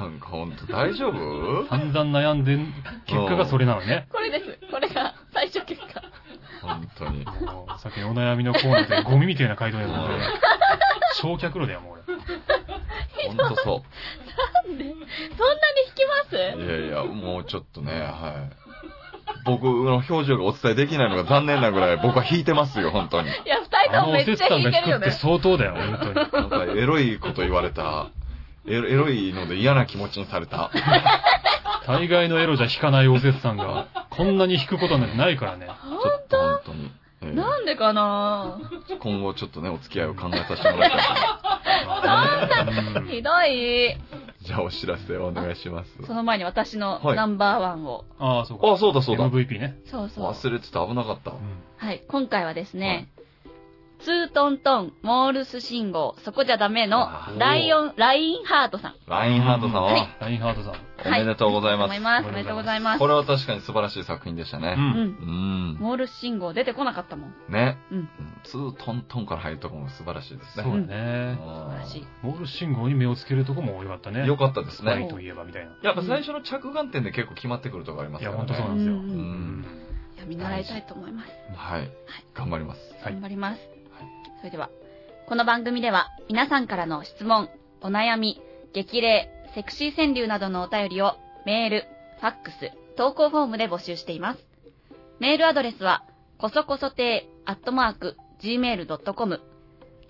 B: なんかほんと大丈夫
A: 散々悩んで、結果がそれなのね。
C: これです。これが最初結果。
B: 本当に。
A: もうさっきのお悩みのコーナーでゴミみたいな回答やもん
B: うん
A: 俺。焼却炉だよ、もう俺。
B: ほんとそ
C: なんで、そんなに弾きます
B: う。いやいや、もうちょっとね、はい。僕の表情がお伝えできないのが残念なぐらい僕は引いてますよ、本当に。
C: いや、二人ともめっちゃ弾いてるよ
A: って
C: ね。
A: 相当だよ、本当に。
B: なんかエロいこと言われた。エロエロいので嫌な気持ちにされた。
A: 大概のエロじゃ弾かないおせつさんが、こんなに弾くことなんてないからね。
B: ちょっと本当に。えー
C: なんでかな
B: 今後ちょっとね、お付き合いを考えさせてもらいたい
A: そ
C: ひどい。
B: じゃあお知らせをお願いします。
C: その前に私の
B: はい
C: ナンバーワンを。
A: ああ、そうか。
B: あ、そうだそうだ。
A: MVP ね。
C: そうそう。
B: 忘れてた、危なかった。
C: はい、今回はですね、ツートントン、モールス信号、そこじゃダメの
B: あ、
A: ー
C: ライオン、ラインハートさん。
B: ラインハートさん
A: うん
B: は、
A: ラインハートさん。
B: おめでとうございます。
C: 思います。お
A: お
C: め
A: め
C: で
A: でと
C: とう
A: う
C: ご
A: ご
C: ざ
A: ざい
C: います。
B: これは確かに素晴らしい作品でした
A: う。
B: ね。
C: うんん。
B: うん。
C: モールス信号出てこなかったもん。
B: ね。
C: うん。
B: ツートントンから入るとこも素晴らしいです
A: そ
B: ね。
A: うだね。
C: 素晴らしい。
A: モール信号に目をつけるとこも良かったね。
B: よかったです
A: ライ
B: ね。
A: ンといえばみたいな。
B: やっぱ最初の着眼点で結構決まってくるとこあります
A: い
B: よ
A: や、
B: ね。
A: 本当そう
C: う
A: なんんですよ。
B: う。
A: うんん
C: いや見習いたいと思います。
B: はい。頑張ります。
A: はい
C: 頑張ります。
B: は
C: それでは、この番組では皆さんからの質問、お悩み、激励、セクシー川柳などのお便りをメール、ファックス、投稿フォームで募集しています。メールアドレスは、こそこそ亭アットマーク、gmail.com、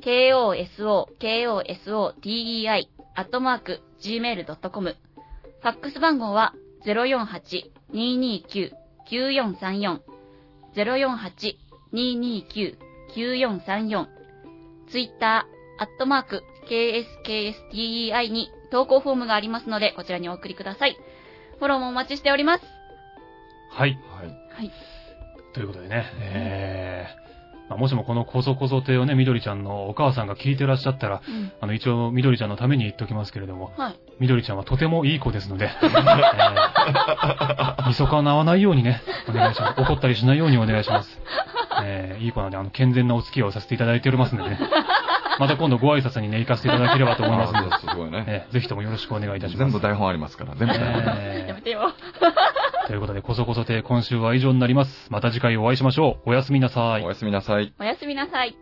C: koso, koso, tei, アットマーク、gmail.com、ファックス番号は、048-229-9434、048-229-9434、9434ツイッター、アットマーク、KSKSTEI に投稿フォームがありますので、こちらにお送りください。フォローもお待ちしております。
A: はい。
B: はい。
C: はい。
A: ということでね、えー、まあもしもこのこそこそ亭をね、みどりちゃんのお母さんが聞いてらっしゃったら、
C: うん。
A: あの、一応、みどりちゃんのために言っときますけれども、
C: はい。
A: みどりちゃんはとてもいい子ですので、 えー、見損なわないようにね、お願いします。怒ったりしないようにお願いします。えー、いい子なので、あの、健全なお付き合いをさせていただいておりますのでね、また今度ご挨拶にね、行かせていただければと思います ので、
B: あーすごいね。
A: えーぜひともよろしくお願いいたしま
B: 全
A: す
B: 部。台本ありますから、全 部台本。
C: や
A: え
C: めてよ。
A: ーということで、こそこそ亭、今週は以上になります。また次回お会いしましょう。おやすみなさい
B: お。やすみなさい。
C: おやすみなさい。